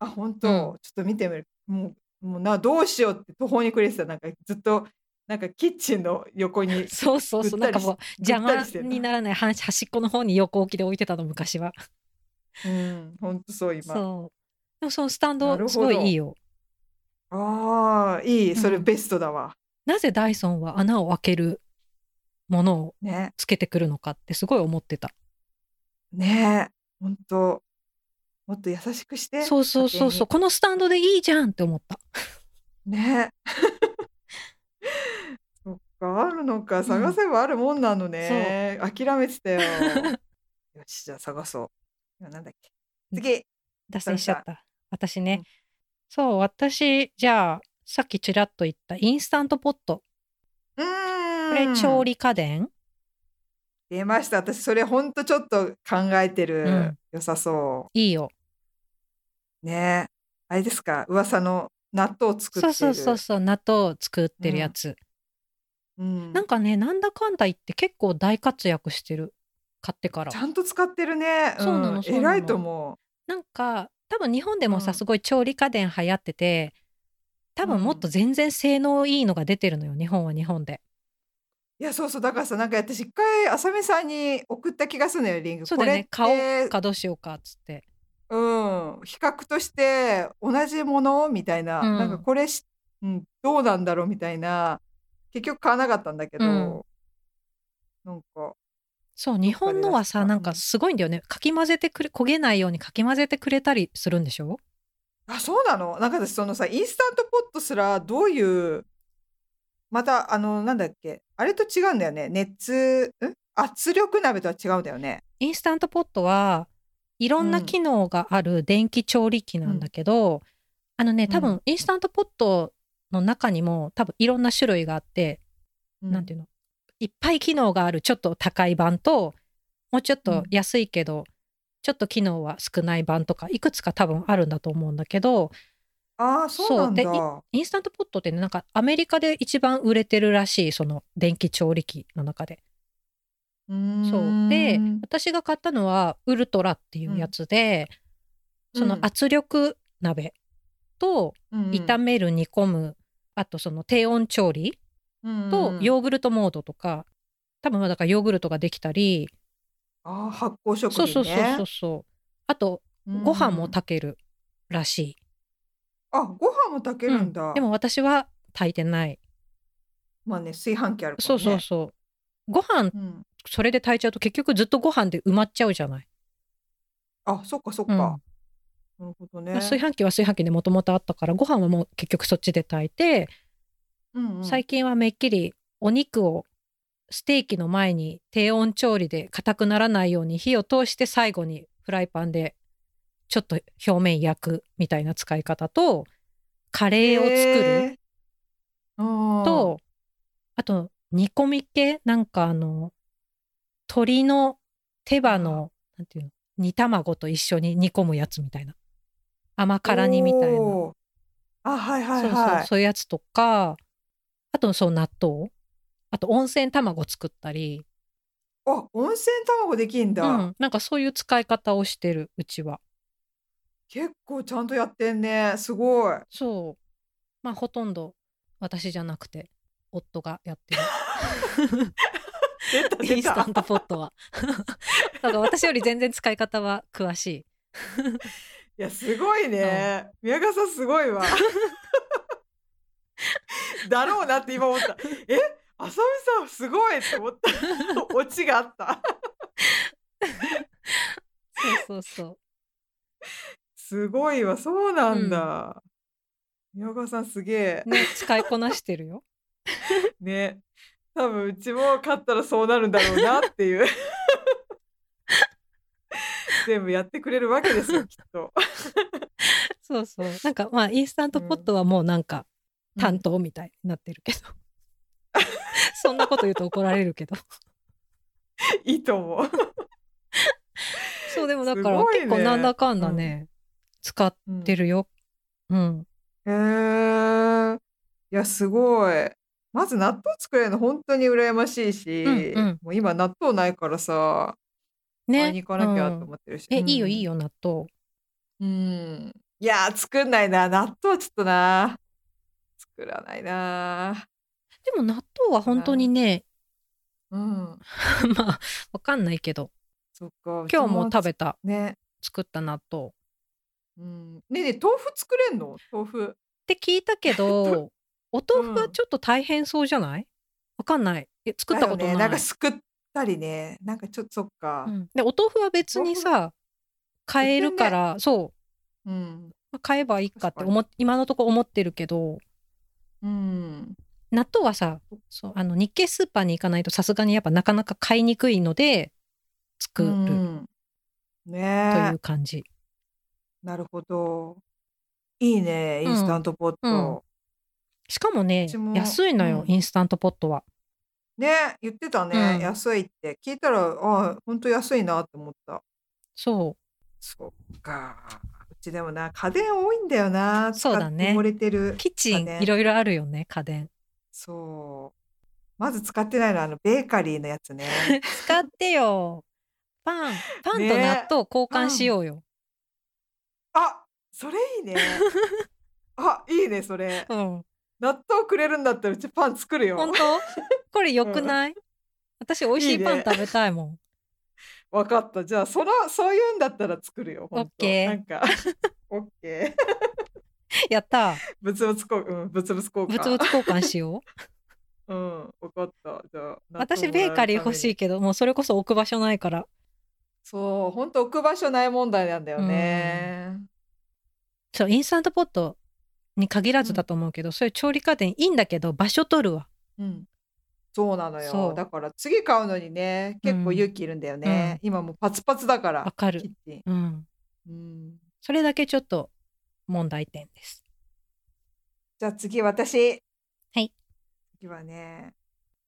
Speaker 1: あ本当、ちょっと見てみるもうもうなどうしようって途方に暮れてたなんかずっとなんかキッチンの横に
Speaker 2: そうそうそう
Speaker 1: ぐ
Speaker 2: な
Speaker 1: った
Speaker 2: んか
Speaker 1: りし
Speaker 2: もう
Speaker 1: ぐ
Speaker 2: 邪
Speaker 1: ったりして
Speaker 2: 魔
Speaker 1: る
Speaker 2: にならない 端端っこの方に横置きで置いてたの昔は。
Speaker 1: うん本当そう今
Speaker 2: そう。でもそのスタン
Speaker 1: なるほ
Speaker 2: ド
Speaker 1: ど
Speaker 2: すごいいいよ。
Speaker 1: ああいいそれ
Speaker 2: うん
Speaker 1: ベストだわ、
Speaker 2: なぜダイソンは穴を開けるものを
Speaker 1: ね
Speaker 2: つけてくるのかってすごい思ってた。
Speaker 1: ねえ本当もっと優しくして
Speaker 2: そうそうそうそ
Speaker 1: 家
Speaker 2: う。このスタンドでいいじゃんって 思った。
Speaker 1: 庭にね えそっかあるのか探せばあるもんなのね、諦めて たよよしじゃあ探そう今なんだっけ次
Speaker 2: 脱線しちゃった。私ね。そう、私、じゃあ、さっきちらっと言ったインスタントポット。
Speaker 1: う
Speaker 2: こ
Speaker 1: ーん
Speaker 2: れ、調理家電、
Speaker 1: 出ました私それほんとちょっと考えてる、
Speaker 2: うん
Speaker 1: 良さそ
Speaker 2: いいよ。
Speaker 1: うねえあれですか噂の納豆を作って
Speaker 2: そ
Speaker 1: る
Speaker 2: うそうそうそう。納豆を作ってるやつ。
Speaker 1: うん
Speaker 2: なんかね、なんだかんだ言って結構大活躍してる。買ってから
Speaker 1: ち。ゃんと使ってるね、ん、
Speaker 2: そうなのそうなの
Speaker 1: 偉いと思う
Speaker 2: なんか多分日本でも
Speaker 1: う
Speaker 2: さ
Speaker 1: ん
Speaker 2: すごい調理家電流行ってて多分もっと全然性能いいのが出てるのよ日本は日本で。
Speaker 1: いやそうそうだからさなんか私一回浅見さんに送った気がするのよリング
Speaker 2: そうだよね
Speaker 1: こ
Speaker 2: 買
Speaker 1: れ
Speaker 2: お
Speaker 1: っ
Speaker 2: う
Speaker 1: て
Speaker 2: かどうしようかっつって。
Speaker 1: うん比較として同じものみたいな、
Speaker 2: うん
Speaker 1: なんかこれし、うん、どうなんだろうみたいな結局買わなかったんだけど、
Speaker 2: うん
Speaker 1: なんか
Speaker 2: そう日本のはさ
Speaker 1: どっかで出した
Speaker 2: なんかすごいんだよねかき混ぜてくれ焦げないようにかき混ぜてくれたりするんでしょ
Speaker 1: あそうなのなんか私そのさインスタントポットすらどういうまた、あの、なんだっけ、あれと違うんだよね。熱、ん圧力鍋とは違うんだよね。
Speaker 2: インスタントポットはいろんな機能がある電気調理器なんだけど、あのね多
Speaker 1: う
Speaker 2: 分インスタントポットの中にも多分いろんな種類があって、なんていうのいっぱい機能があるちょっと高い版ともうちょっと安いけど、ちょっと機能は少ない版とかいくつか多分あるんだと思うんだけど
Speaker 1: ああ、そうなんだ。
Speaker 2: そうでインスタントポットってねなんかアメリカで一番売れてるらしいその電気調理器の中で。
Speaker 1: うーん
Speaker 2: そうで私が買ったのはウルトラっていうやつで、
Speaker 1: うん
Speaker 2: その圧力鍋と
Speaker 1: うんうん
Speaker 2: 炒める煮込むあとその低温調理と
Speaker 1: うんうん
Speaker 2: ヨーグルトモードとか多分まあだからヨーグルトができたり、
Speaker 1: あー発酵食品
Speaker 2: そ
Speaker 1: ね。
Speaker 2: うそうそうそうそうあと
Speaker 1: うん
Speaker 2: ご飯も炊けるらし
Speaker 1: あ、ご飯も炊
Speaker 2: い、
Speaker 1: けるんだ。
Speaker 2: うんでも私は炊いてない
Speaker 1: まあね、炊飯器あるからね。
Speaker 2: そうそうそうご
Speaker 1: う
Speaker 2: 飯
Speaker 1: ん
Speaker 2: それで炊いちゃうと結局ずっとご飯で埋まっちゃうじゃない、
Speaker 1: あ、そっかそっ
Speaker 2: うん
Speaker 1: か。なるほどね。
Speaker 2: まあ炊飯器は炊飯器でもともとあったからご飯はもう結局そっちで炊いて
Speaker 1: うんうん
Speaker 2: 最近はめっきりお肉をステーキの前に低温調理で硬くならないように火を通して最後にフライパンでちょっと表面焼くみたいな使い方とカレーを作る
Speaker 1: へーうん
Speaker 2: と、あと煮込み系なんかあの鶏の手羽のなんていうの煮卵と一緒に煮込むやつみたいな甘辛煮みたいな
Speaker 1: おーあ、はいはい
Speaker 2: そう
Speaker 1: はい。
Speaker 2: そうそういうやつとかあとそう納豆あと温泉卵作ったり、
Speaker 1: あ、温泉卵できん
Speaker 2: う
Speaker 1: だ、
Speaker 2: ん、なんかそういう使い方をしてるうちは
Speaker 1: 結構ちゃんとやってんね。すご い。
Speaker 2: そうまあほとんど私じゃなくて夫が やってる
Speaker 1: 出た
Speaker 2: イン
Speaker 1: 出
Speaker 2: スタ
Speaker 1: た
Speaker 2: ン。トポットは だから私より全然使い方は詳しい
Speaker 1: いや、すごいね。宮川さんすご いわ。だろうなって今思った。え、浅見さんすごいって思った。 オチがあった。
Speaker 2: そうそうそう
Speaker 1: すごいわ。そうなんだ。宮川さんすげえ。
Speaker 2: ね使いこなし てるよ
Speaker 1: ね。多分うちも勝ったらそうなるんだろうなっていう。 全部やってくれるわけです よ、きっと。
Speaker 2: そうそうなんかまあインスタントポットはもうなんか担当みたいになってるけど、 そんなこと言うと怒られるけど
Speaker 1: いいと思う。
Speaker 2: そうでもだから
Speaker 1: すごいね
Speaker 2: 結構なんだかんだね、使ってるよ。うん。
Speaker 1: へーいやすごいまず納豆作れるの本当に羨ましいし、
Speaker 2: うんうん
Speaker 1: もう今納豆ないからさ、買いに行かなきゃと思ってるし、
Speaker 2: うんえ、いいよ
Speaker 1: うん
Speaker 2: いい、よ納豆。
Speaker 1: うん、いやー作んないな納豆はちょっとな作らないな
Speaker 2: でも納豆は本当にね、
Speaker 1: うん
Speaker 2: まあわかんないけど、
Speaker 1: そっか
Speaker 2: 今日も食べた
Speaker 1: べね,、
Speaker 2: 作った納豆っ
Speaker 1: うん、ねえねえ豆腐作れんの豆腐
Speaker 2: て聞いたけ ど、お豆腐はちょっと大変そうじゃない？わかんない。え作ったこと
Speaker 1: だ
Speaker 2: な
Speaker 1: よ
Speaker 2: い。
Speaker 1: ねなんかすくったりねなんかちょっとそっか
Speaker 2: うんでお豆腐は別にさ買えるから、そう
Speaker 1: うん
Speaker 2: まあ買えばいいかって
Speaker 1: 確
Speaker 2: 思っ今のとこ思ってるけど。
Speaker 1: うん
Speaker 2: 納豆はさそうあの日系スーパーに行かないとさすがにやっぱなかなか買いにくいので作
Speaker 1: う
Speaker 2: る
Speaker 1: んね
Speaker 2: と
Speaker 1: え
Speaker 2: いう感じ、
Speaker 1: なるほど。いいね、
Speaker 2: う
Speaker 1: イ
Speaker 2: ん
Speaker 1: ンスタントポッ
Speaker 2: うん
Speaker 1: ト。
Speaker 2: しかもね
Speaker 1: うちも
Speaker 2: 安いのよ、
Speaker 1: うん
Speaker 2: インスタントポットは
Speaker 1: ね、言ってたね、
Speaker 2: うん
Speaker 1: 安いって。聞いたら、あ本当安いなって思った。
Speaker 2: そ
Speaker 1: そっか。うちでもな、家電多いんだよな。
Speaker 2: そうだ
Speaker 1: 使っ
Speaker 2: ね
Speaker 1: て漏れてる
Speaker 2: う。キッチ
Speaker 1: 家
Speaker 2: ン
Speaker 1: 電
Speaker 2: いろいろあるよね家電
Speaker 1: そう。まず使ってないのは、あの、ベーカリーのやつね。
Speaker 2: 使ってよパンパンと
Speaker 1: ね
Speaker 2: 納豆交換しようよ、
Speaker 1: あそれいい ね。あいいね、それ
Speaker 2: う。ん
Speaker 1: 納豆くれるんだったら、うちパン作る
Speaker 2: 本
Speaker 1: よ。
Speaker 2: 当これ良くない、私美味し
Speaker 1: い
Speaker 2: い
Speaker 1: いね
Speaker 2: パン食べたいもん
Speaker 1: わかった。じゃあ、その、そういうんだったら作るよ。ほんと
Speaker 2: オッケー
Speaker 1: なん か、オッケー。
Speaker 2: やった
Speaker 1: ぶつぶつこう、うん、ぶつぶつこうか。
Speaker 2: ぶつぶつ交換 しよ
Speaker 1: う
Speaker 2: う
Speaker 1: ん、わかった。じゃあ、
Speaker 2: 私ベーカリー欲しい
Speaker 1: い。
Speaker 2: けどもうそれこそ置く場所ないから
Speaker 1: そう、本当置く場所ない問題なんだよね。
Speaker 2: そうインスタントポットに限らずだと思うけど、そういう調理家電いいんだけど場所取るわ
Speaker 1: うん、そうなの
Speaker 2: そ
Speaker 1: よ
Speaker 2: う
Speaker 1: だから次買うのにね結構勇気いるんだよね、今もうパツパツだから
Speaker 2: わかる
Speaker 1: キッチン、
Speaker 2: うん、
Speaker 1: うん、
Speaker 2: それだけちょっと問題点 です。
Speaker 1: じゃあ次私
Speaker 2: はい
Speaker 1: 次はね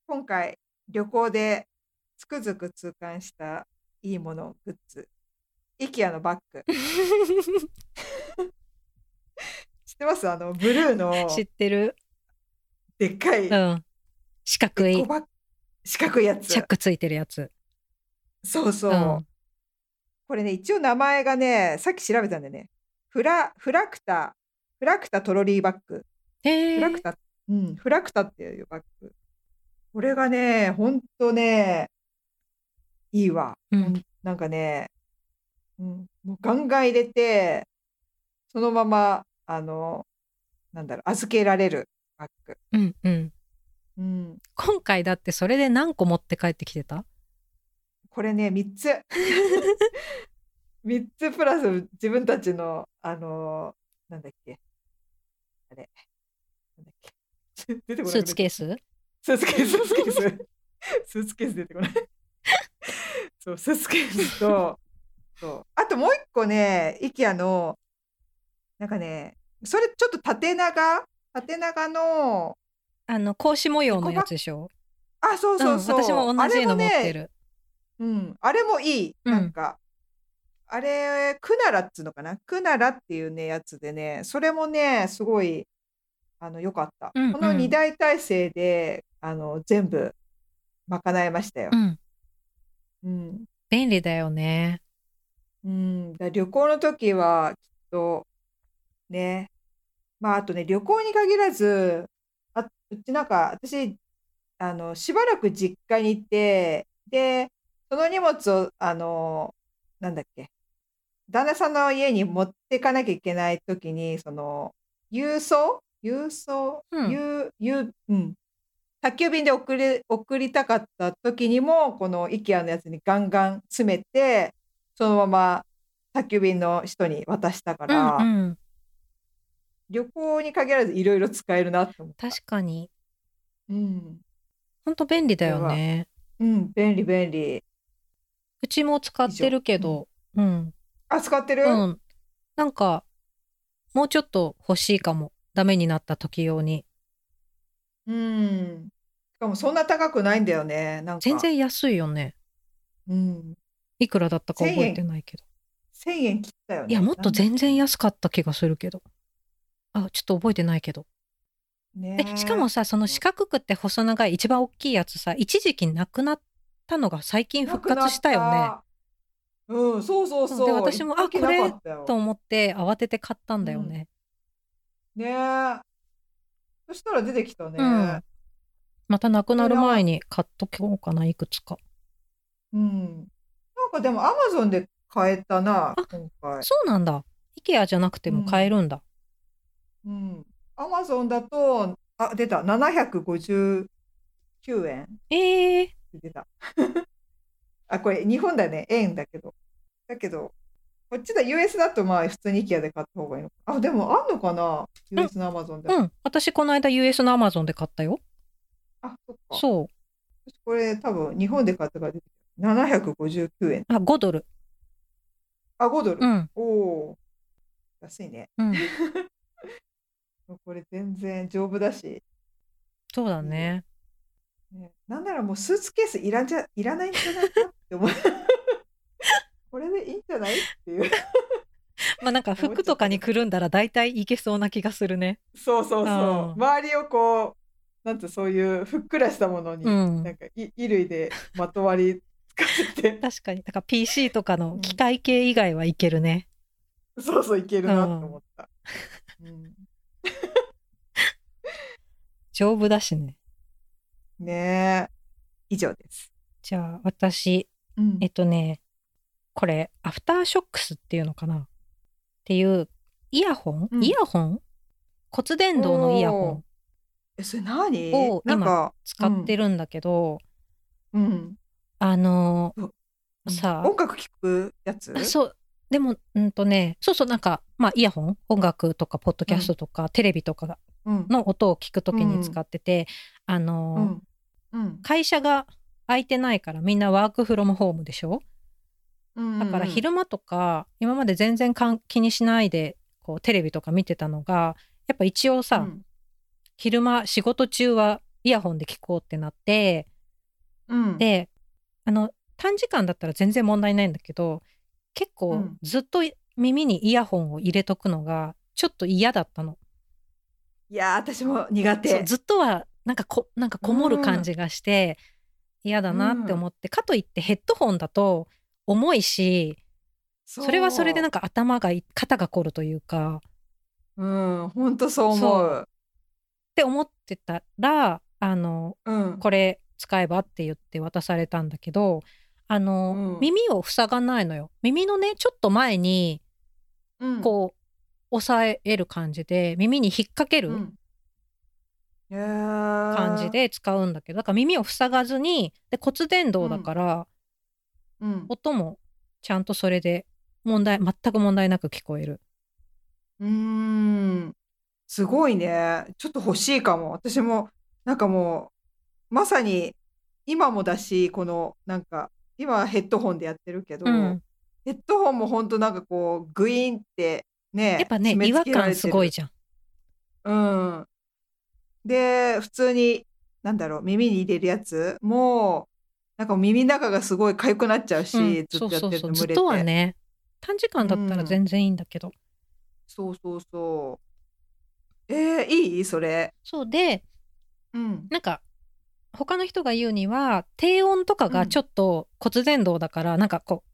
Speaker 1: 今回旅行でつくづく痛感したいいものグッズ IKEA のバッ グ知ってますあのブルーの
Speaker 2: 知ってる、
Speaker 1: でっかい、
Speaker 2: うん、四角
Speaker 1: エ
Speaker 2: い
Speaker 1: コバッグ四角いやつ
Speaker 2: チャックついてるやつ。
Speaker 1: そうそう、
Speaker 2: うん
Speaker 1: これね一応名前がねさっき調べたんだよねフラフラクタフラクタトロリーバッグ
Speaker 2: へ
Speaker 1: フラク
Speaker 2: ー
Speaker 1: タ、うん、フラクタっていうバッグ。これがね、ほんとね、いいわ。
Speaker 2: うん
Speaker 1: なんかね、うん、もうガンガン入れて、そのまま、あの、なんだろう、預けられるバッグ。
Speaker 2: うんうん、
Speaker 1: うん、
Speaker 2: 今回だってそれで何個持って帰ってきてた
Speaker 1: これね、3つ。3つプラス自分たちの、あの、なんだっけ。あれ。なんだっけ。 出てこなくなっちゃっ
Speaker 2: スー
Speaker 1: た
Speaker 2: ツケース
Speaker 1: スーツケース、スーツケース。スーツケース出てこない。そう、スーツケースと、そうあともう一個ね、IKEA の、なんかね、それちょっと縦長縦長の、
Speaker 2: あの格子模様のやつでしょ
Speaker 1: あ、そうそうそう。
Speaker 2: ん、私も同じの持って
Speaker 1: あれもね、
Speaker 2: る。
Speaker 1: うん、あれもいい。
Speaker 2: うん
Speaker 1: なんか、あれ、クナラっつうのかなクナラっていうね、やつでね、それもね、すごい、あの、良かった。
Speaker 2: うんうん
Speaker 1: この二大体制で、あの、全部、賄えましたよ
Speaker 2: う。ん、
Speaker 1: うん、
Speaker 2: 便利だよね。
Speaker 1: うん、だ旅行の時はきっとね、まああとね、旅行に限らず、あ、うちなんか私、あの、しばらく実家に行って、で、その荷物を、あの、なんだっけ、旦那さんの家に持ってかなきゃいけない時に、その、郵送郵送
Speaker 2: うん
Speaker 1: 郵、郵、うん。宅急便で送り、送りたかった時にも、この IKEA のやつにガンガン詰めて、そのまま宅急便の人に渡したか
Speaker 2: う
Speaker 1: ら、
Speaker 2: んうん、
Speaker 1: 旅行に限らずいろいろ使えるなって思った。
Speaker 2: 確かに。
Speaker 1: うん、
Speaker 2: ほんと便利だよね。
Speaker 1: うん、便利便利。
Speaker 2: うちも使ってるけど、うん、
Speaker 1: あ、使ってる、
Speaker 2: うん。なんか、もうちょっと欲しいかも。ダメになった時用に。
Speaker 1: うん。しかもそんな高くないんだよね。なんか。
Speaker 2: 全。然安いよね。
Speaker 1: うん。
Speaker 2: いくらだったか覚えてないけど。
Speaker 1: 1000円切ったよね。
Speaker 2: いや、もっと
Speaker 1: なん
Speaker 2: 全然安かった気がするけど。あ、ちょっと覚えてないけど。
Speaker 1: だね
Speaker 2: で、しかも、さ、その四角くて細長い一番大きいやつさ、一時期なくなったのが最近復活したよね。
Speaker 1: ね。うん、そうそうそう。
Speaker 2: で私もあ
Speaker 1: 一時なかったよ
Speaker 2: と思って慌てて買ったんだよね。
Speaker 1: ねえそしたら出てきたね。
Speaker 2: うんまたなくなる前に買っとこうかな、いくつか。
Speaker 1: うん。なんかでも、アマゾンで買えたな、今回。
Speaker 2: そうなんだ。IKEA じゃなくても買えるんだ。
Speaker 1: うん。アマゾンだと、あ、出た。759円っ
Speaker 2: ええ
Speaker 1: て出た。 あ、これ日本だよね。円だけど。だけど、こっちだ、US だとまあ普通に IKEA で買った方がいいのか。あ、でもあんのかな ?US のアマゾンで。
Speaker 2: うん。私この間 US の Amazon で買ったよ。
Speaker 1: あ、そっか。
Speaker 2: そ
Speaker 1: 私これ多分日本で買ったから出てきた。759円。
Speaker 2: う。あ、5ドル。
Speaker 1: あ、5ドル。
Speaker 2: うん。
Speaker 1: おお。安いね。
Speaker 2: うん。
Speaker 1: これ全然丈夫だし。
Speaker 2: そうだね。
Speaker 1: ね、なんならもうスーツケースいらんじゃいらないんじゃないかって 思うこれでいいんじゃないっていう
Speaker 2: まあなんか服とかにくるんだら大体いけそうな気がするね。
Speaker 1: そうそうそう
Speaker 2: あー
Speaker 1: 周りをこうなんてそういうふっくらしたものに、
Speaker 2: う
Speaker 1: なん
Speaker 2: ん。
Speaker 1: かい衣類でまとわりつかせ て
Speaker 2: 確かに。だから PC とかの機械系以外はいけるね。
Speaker 1: そうそういけるなって思った、うん
Speaker 2: 丈夫だしね。
Speaker 1: ねえ以上です、
Speaker 2: じゃあ私、
Speaker 1: うん
Speaker 2: えっとね、これ、アフターショックスっていうのかなっていう、イヤホン、
Speaker 1: うん
Speaker 2: イヤホン骨伝導のイヤホン
Speaker 1: えそれ何
Speaker 2: お
Speaker 1: なんか、
Speaker 2: 使ってるんだけど、
Speaker 1: うん、
Speaker 2: あのー
Speaker 1: うん
Speaker 2: さあ
Speaker 1: 音楽聴くやつ
Speaker 2: あそう、でも、うんとね、そうそう、なんか、まあ、イヤホン、音楽とか、ポッドキャストとか、テレビとか
Speaker 1: うん
Speaker 2: の音を聞くときに使ってて、あの
Speaker 1: う
Speaker 2: ー、
Speaker 1: んうん
Speaker 2: 会社が空いてないからみんなワークフロムホームでしょ
Speaker 1: うん
Speaker 2: だから昼間とか今まで全然かん気にしないでこうテレビとか見てたのがやっぱ一応さ、
Speaker 1: うん
Speaker 2: 昼間仕事中はイヤホンで聞こうってなって
Speaker 1: うん、
Speaker 2: であの短時間だったら全然問題ないんだけど結
Speaker 1: う
Speaker 2: 構
Speaker 1: ん
Speaker 2: ずっと耳にイヤホンを入れとくのがちょっと嫌だったの。
Speaker 1: いやー私も苦
Speaker 2: そう
Speaker 1: 手
Speaker 2: ずっとはなんかこなんかこもる感じがして嫌だなって思って、かといってヘッドホンだと重いし
Speaker 1: そ
Speaker 2: それはそれでなんんか頭がい肩が凝るというか
Speaker 1: うん本当そう思
Speaker 2: そうって思ってたらあの
Speaker 1: うん
Speaker 2: これ使えばって言って渡されたんだけどあの、
Speaker 1: うん
Speaker 2: 耳を塞がないのよ耳のねちょっと前に
Speaker 1: うん
Speaker 2: こう、押さえる感じで耳に引っ掛ける
Speaker 1: んへー
Speaker 2: 感じで使うんだけど、だから耳を塞がずにで骨伝導だから、
Speaker 1: うん
Speaker 2: 音もちゃんとそれで問題全く問題なく聞こえる
Speaker 1: うーんすごいねちょっと欲しいかも私もなんかもうまさに今もだしこのなんか今はヘッドホンでやってるけど、
Speaker 2: うん
Speaker 1: ヘッドホンもほんとなんかこうグイーンってね
Speaker 2: やっぱね
Speaker 1: 締め
Speaker 2: 違和
Speaker 1: 付けられ
Speaker 2: 感
Speaker 1: て
Speaker 2: す
Speaker 1: る
Speaker 2: ごいじゃん
Speaker 1: うん。で、普通に、なんだろう、耳に入れるやつも、なんか耳の中がすごい痒くなっちゃうし、
Speaker 2: うん
Speaker 1: ずっとやってると
Speaker 2: ず
Speaker 1: 蒸
Speaker 2: っ
Speaker 1: れ
Speaker 2: とは
Speaker 1: て。
Speaker 2: ね短時間だったら全然いいんだけど、
Speaker 1: そうそうそう。えー、いいそれ。
Speaker 2: そうで
Speaker 1: うん。
Speaker 2: なんか他の人が言うには低音とか
Speaker 1: う
Speaker 2: が
Speaker 1: ん
Speaker 2: ちょっと骨伝導だから、なんかこう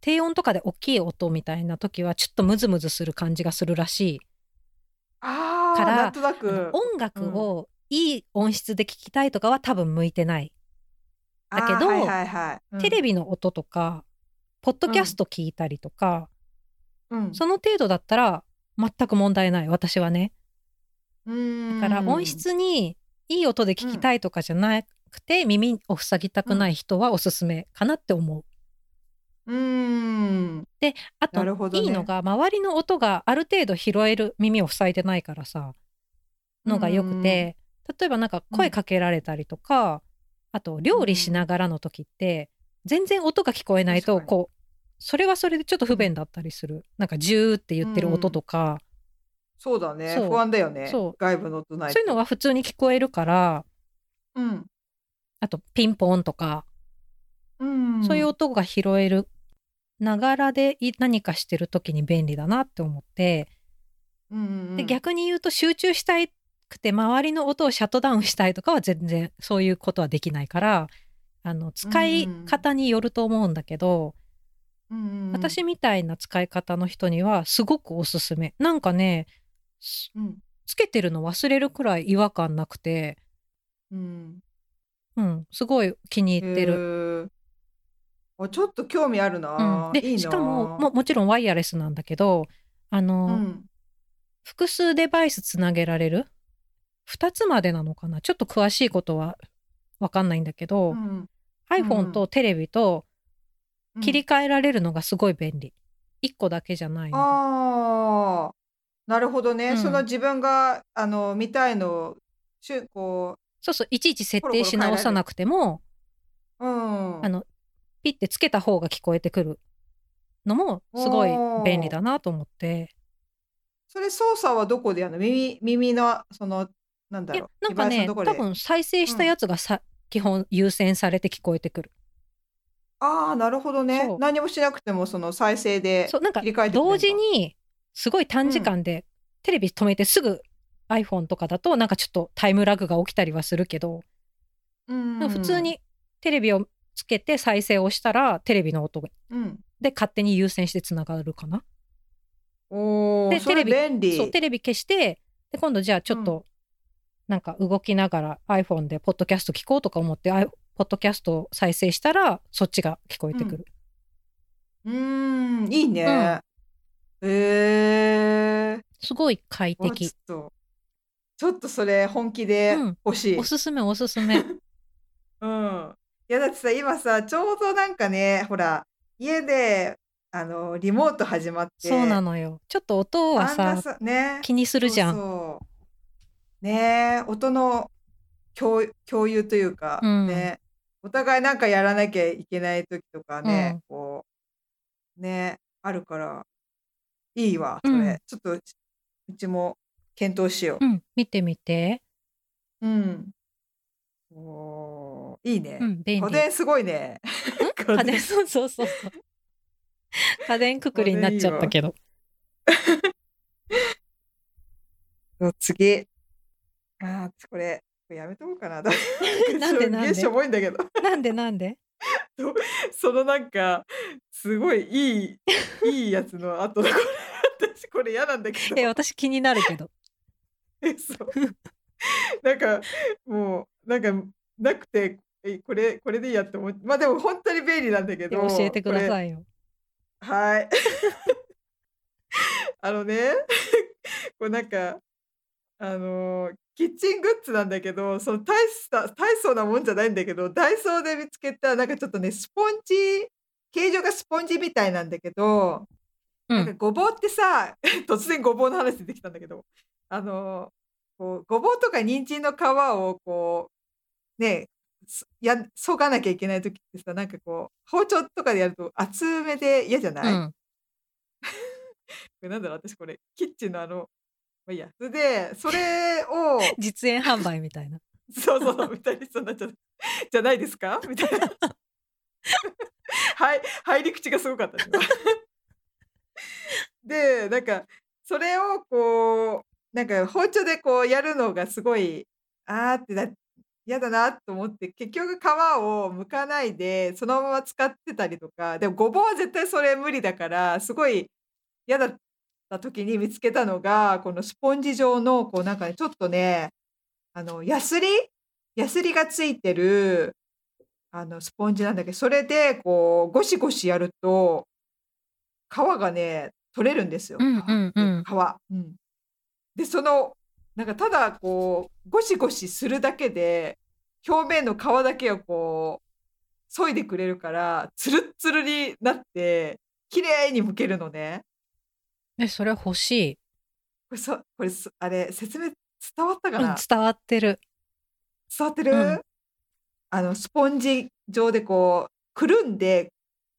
Speaker 2: 低音とかで大きい音みたいな時はちょっとムズムズする感じがするらし
Speaker 1: あー、
Speaker 2: から、
Speaker 1: なんとないく。
Speaker 2: 音楽をいい音質で聞きたいとかは多分向いてない、だけ
Speaker 1: あ
Speaker 2: ど
Speaker 1: ーはいはいはい。うん
Speaker 2: テレビの音とかポッドキャスト聞いたりとか、
Speaker 1: うん。
Speaker 2: その程度だったら全く問題ない私はね。
Speaker 1: うーん
Speaker 2: だから音質にいい音で聞きたいとかじゃなくて、耳を塞ぎたくない人はおすすめかなって思う。
Speaker 1: うーん。
Speaker 2: あと、
Speaker 1: なるほど
Speaker 2: い
Speaker 1: ね
Speaker 2: いのが周りの音がある程度拾える耳を塞いでないからさのがよくて、例えばなんか声かけられたりとか、あと料理しながらの時って全然音が聞こえないと
Speaker 1: 確かに
Speaker 2: こうそれはそれでちょっと不便だったりする、なんかジューって言ってる音とか。
Speaker 1: そうだね。
Speaker 2: そう
Speaker 1: 不安だよね。
Speaker 2: そう
Speaker 1: 外部の音ないと
Speaker 2: そういうのは普通に聞こえるから
Speaker 1: うん。
Speaker 2: あとピンポンとか、
Speaker 1: うん。
Speaker 2: そういう音が拾えるながらでい何かしてる時に便利だなって思って、
Speaker 1: うんうんうん
Speaker 2: で逆に言うと集中したいくて周りの音をシャットダウンしたいとかは全然そういうことはできないからあの使い方によると思うんだけど、
Speaker 1: うんうんうん
Speaker 2: 私、みたいな使い方の人にはすごくおすすめ。なんかねす
Speaker 1: うん
Speaker 2: つけてるの忘れるくらい違和感なくて、
Speaker 1: うん、
Speaker 2: うん、すごい気に入ってる。
Speaker 1: る。あちょっと興味あるな。
Speaker 2: うん、で
Speaker 1: いいな
Speaker 2: しかもももちろんワイヤレスなんだけどあの、
Speaker 1: うん、
Speaker 2: 複数デバイスつなげられる2つまでなのかなちょっと詳しいことは分かんないんだけど、
Speaker 1: うん、
Speaker 2: iPhone とテレビと
Speaker 1: うん
Speaker 2: 切り替えられるのがすごい便利、1個だけじゃないの
Speaker 1: ああ、なるほどね。
Speaker 2: うん
Speaker 1: その自分があの見たいのをしゅこ
Speaker 2: そうそういちいち設定し直さなくても
Speaker 1: う、うん、
Speaker 2: あのピッてつけた方が聞こえてくるのもすごい便利だなと思って
Speaker 1: それ操作はどこでやるの？耳耳のそのなんだ
Speaker 2: い
Speaker 1: ろ
Speaker 2: や
Speaker 1: う。
Speaker 2: なんか
Speaker 1: デバイスの
Speaker 2: ね
Speaker 1: と
Speaker 2: 多
Speaker 1: こで
Speaker 2: 分再生したやつがさ、基本優先されて聞こえてくる。
Speaker 1: ああ、なるほどね
Speaker 2: そ。う
Speaker 1: 何もしなくてもその再生で
Speaker 2: そうなんか
Speaker 1: 切り替えてくれるの
Speaker 2: 同時にすごい短時間でテレビ止めてすぐ iPhone とかだとなんかちょっとタイムラグが起きたりはするけど、
Speaker 1: うん
Speaker 2: なんか普通、にテレビをつけて再生をしたらテレビの音
Speaker 1: うん、
Speaker 2: で勝手に優先してつながるかな。
Speaker 1: おお、
Speaker 2: で
Speaker 1: それ
Speaker 2: テレ
Speaker 1: 便利。
Speaker 2: そうテレビ消してで今度じゃあちょっとなんか動きながら iPhone でポッドキャスト聞こうとか思って、あポッドキャストを再生したらそっちが聞こえてくる。
Speaker 1: うーん、いいね。えー、
Speaker 2: すごい快
Speaker 1: わちょ
Speaker 2: 適
Speaker 1: っ。と、ちょっとそれ本気で
Speaker 2: うん
Speaker 1: 欲しい。う
Speaker 2: お
Speaker 1: ん。
Speaker 2: すすめおすす め。
Speaker 1: いやだってさ、今さ、ちょうどなんかね、ほら、家で、あの、リモート始まって、
Speaker 2: そうなのよ。ちょっと音は
Speaker 1: あんな
Speaker 2: さ
Speaker 1: さ、ね、
Speaker 2: 気にするじゃん。
Speaker 1: そうそうねえ音の共共有というか、
Speaker 2: うん
Speaker 1: ねお互いなんかやらなきゃいけない時とかね、
Speaker 2: うん
Speaker 1: こうねあるからいいわそれ、
Speaker 2: うん
Speaker 1: ちょっとうちも検討しよ
Speaker 2: うん、見てみて。
Speaker 1: う。うん、おーいいね
Speaker 2: う。ん、便
Speaker 1: 家
Speaker 2: 利。
Speaker 1: 電すごいね。
Speaker 2: 家電、そうそうそうそう。家電くくりになっちゃったけど。
Speaker 1: そう次。ああこれこれやめとこうか な。
Speaker 2: なんでなんで
Speaker 1: しょぼいんだけど。
Speaker 2: なんでなんで
Speaker 1: そのなんかすごいい いいいやつの後のこれ 私これ嫌なんだけ
Speaker 2: え、
Speaker 1: ど
Speaker 2: 私気になるけ ど。
Speaker 1: えそうなんかもうなんかなくてえこれこれでいいやって思ってまあでも本当に便利なんだけ
Speaker 2: で
Speaker 1: ど
Speaker 2: 教えてくだ
Speaker 1: これ
Speaker 2: さいよ。
Speaker 1: はい あのねこうなんかあのーキッチングッズなんだけどその大した大層なもんじゃないんだけどダイソーで見つけたなんかちょっとねスポンジ形状がスポンジみたいなんだけど
Speaker 2: う
Speaker 1: なんか
Speaker 2: ん。
Speaker 1: ごぼうってさ 突然ごぼうの話出てきたんだけどあのこうごぼうとか人参の皮をこうねすやそがなきゃいけない時ってさなんかこう包丁とかでやると厚めで嫌じゃ
Speaker 2: う
Speaker 1: ない、こ
Speaker 2: ん。
Speaker 1: れなんだろう私これキッチンのあのまあいいやそれでそれを
Speaker 2: 実演販売みたいな。
Speaker 1: そうそうそうみたいにそうなっちゃったじゃないですかみたいなはい入り口がすごかった今でなんかそれをこうなんか包丁でこうやるのがすごいあーってな嫌だなと思って結局皮を剥かないでそのまま使ってたりとかでもごぼうは絶対それ無理だからすごい嫌だった時に見つけたのがこのスポンジ状のこうなんかねちょっとねあのヤスリヤスリがついてるあのスポンジなんだけどそれでこうゴシゴシやると皮がね取れるんですよ。
Speaker 2: うんうんうん
Speaker 1: 皮。うん、でそのなんかただこうゴシゴシするだけで表面の皮だけをこう削いでくれるからツルッツルになって綺麗に剥けるのね。
Speaker 2: え、それ欲しい。
Speaker 1: これそこれそあれ説明伝わったか
Speaker 2: う
Speaker 1: な、
Speaker 2: ん、伝わってる。
Speaker 1: 伝わってる、
Speaker 2: うん
Speaker 1: あのスポンジ状でこうくるんで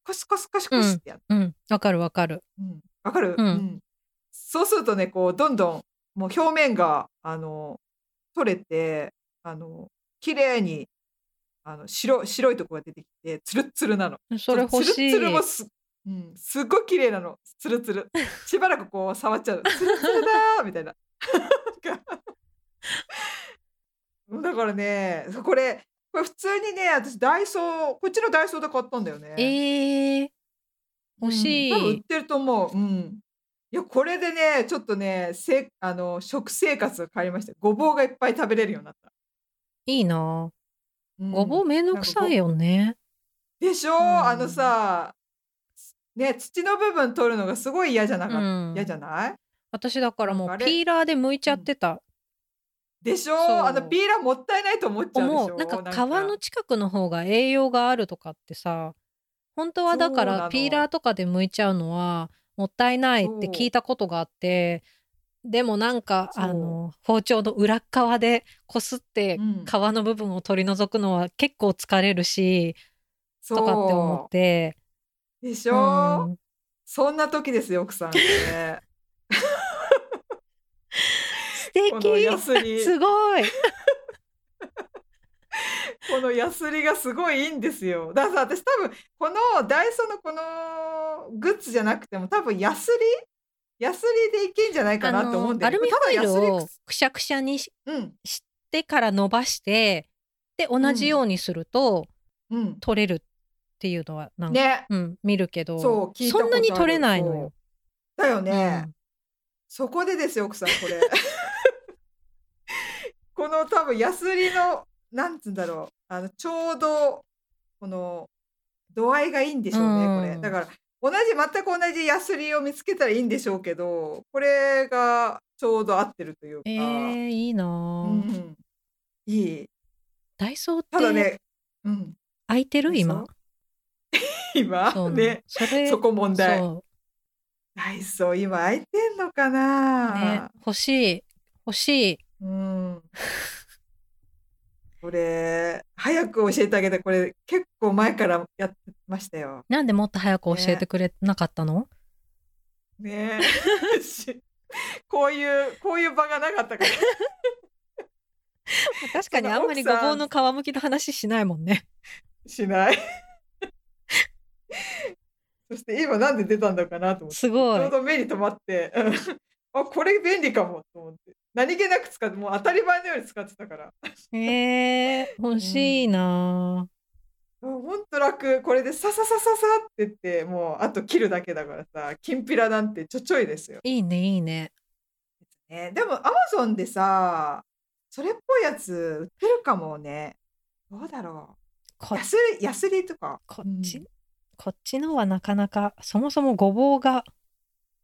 Speaker 1: コシコシコシコシってやる
Speaker 2: うん。わかるわかる。
Speaker 1: うんわかる、
Speaker 2: うん
Speaker 1: そうするとねこうどんどんもう表面があの取れてあの綺麗にあの白白いとこが出てきてツルッツルなの。
Speaker 2: それ欲しい。
Speaker 1: ツルッツルもす,、うん、すっごい綺麗なのツルツル。 しばらくこう触っちゃうツルツルだーみたいな。 なんかだからねこれこれ普通にね私ダイソーこっちのダイソーで買ったんだよね。
Speaker 2: えー、欲しい。
Speaker 1: うん多分売ってると思う。うん。いや、これでね、ちょっとね、せあの食生活が変わりました。ごぼうがいっぱい食べれるようになった。
Speaker 2: いいな
Speaker 1: うん
Speaker 2: ごぼうめんどくさいよね。
Speaker 1: でしょ、
Speaker 2: ん
Speaker 1: あのさ、ね、土の部分取るのがすごい嫌じゃなかった。
Speaker 2: うん
Speaker 1: 嫌じゃない
Speaker 2: 私だからも
Speaker 1: なん
Speaker 2: う
Speaker 1: かあれ
Speaker 2: ピーラーで剥いちゃってた。
Speaker 1: でしょ
Speaker 2: そう
Speaker 1: あのピーラーもったいないと思っちゃうでし
Speaker 2: 思
Speaker 1: ょ
Speaker 2: う。なんか皮の近くの方が栄養があるとかってさ、本当はだ
Speaker 1: そ
Speaker 2: か
Speaker 1: うなの
Speaker 2: らピーラーとかで剥いちゃうのはもったいないって聞いたことがあって、でもなんか
Speaker 1: そう
Speaker 2: あの包丁の裏っ側でこすって皮
Speaker 1: うん
Speaker 2: の部分を取り除くのは結構疲れるし、
Speaker 1: そう
Speaker 2: とかって思って。
Speaker 1: でし
Speaker 2: う
Speaker 1: ょ、
Speaker 2: ん
Speaker 1: そんな時ですよ、奥さん、ね。
Speaker 2: 素
Speaker 1: このヤ
Speaker 2: 敵
Speaker 1: スリ、
Speaker 2: すごい
Speaker 1: このヤスリがすごいいいんですよ。だからさ私多分このダイソーのこのグッズじゃなくても多分ヤスリヤスリでいけんじゃないか
Speaker 2: あ
Speaker 1: なと思うん
Speaker 2: の
Speaker 1: だよ
Speaker 2: ア
Speaker 1: ね
Speaker 2: ルミホイル
Speaker 1: ただヤ
Speaker 2: を
Speaker 1: ス
Speaker 2: くしゃくしゃにし
Speaker 1: リうん
Speaker 2: してから伸ばしてで同じようにすると
Speaker 1: うん
Speaker 2: 取れるっていうのはなんか、
Speaker 1: ね
Speaker 2: うん、見るけど
Speaker 1: そう聞いたことあ
Speaker 2: ん
Speaker 1: る
Speaker 2: なに取れないのよ。
Speaker 1: だよね、
Speaker 2: うん
Speaker 1: そこでですよ奥さんこ れこの多分ヤスリのなんつうんだろうあのちょうどこの度合いがいいんでしょうね、
Speaker 2: うん
Speaker 1: これだから同じ全く同じヤスリを見つけたらいいんでしょうけどこれがちょうど合ってるというか、
Speaker 2: えー、いいなあ、
Speaker 1: うん、いい
Speaker 2: ダイソーった
Speaker 1: だ
Speaker 2: て
Speaker 1: ね、うん、
Speaker 2: 空いてる、今
Speaker 1: 今
Speaker 2: そうなの
Speaker 1: ね
Speaker 2: それ
Speaker 1: そこ問題
Speaker 2: そ
Speaker 1: ダイソー今空いてんのか
Speaker 2: う、ね
Speaker 1: な、、
Speaker 2: 欲しい欲しい
Speaker 1: うん これ、早く教えてあげて、これ結構前からやってましたよ。
Speaker 2: なんでもっと早く教えてくれなかったの、
Speaker 1: ねえ。しこういう、こういう場がなかったから。
Speaker 2: 確かに
Speaker 1: その
Speaker 2: あんまり
Speaker 1: 奥
Speaker 2: ご
Speaker 1: さ
Speaker 2: ぼうんの皮むきの話しないもんね。
Speaker 1: しない。 そして今なんで出たんだかなと思って。
Speaker 2: すごい
Speaker 1: ちょうど目に留まって、うんあ、これ便利かもと思って。何気なく使って、もう当たり前のように使ってたから。
Speaker 2: えー、欲しいな
Speaker 1: もうほんと楽。これでさささささって言って、もうあと切るだけだからさ、きんぴらなんてちょちょいですよ。
Speaker 2: ぁいいねいいね。
Speaker 1: ね、でもアマゾンでさ、それっぽいやつ売ってるかもね。どうだろう。
Speaker 2: こ
Speaker 1: やすり、やすりとか。
Speaker 2: こっち、
Speaker 1: うん
Speaker 2: こっちのはなかなかそもそもごぼうが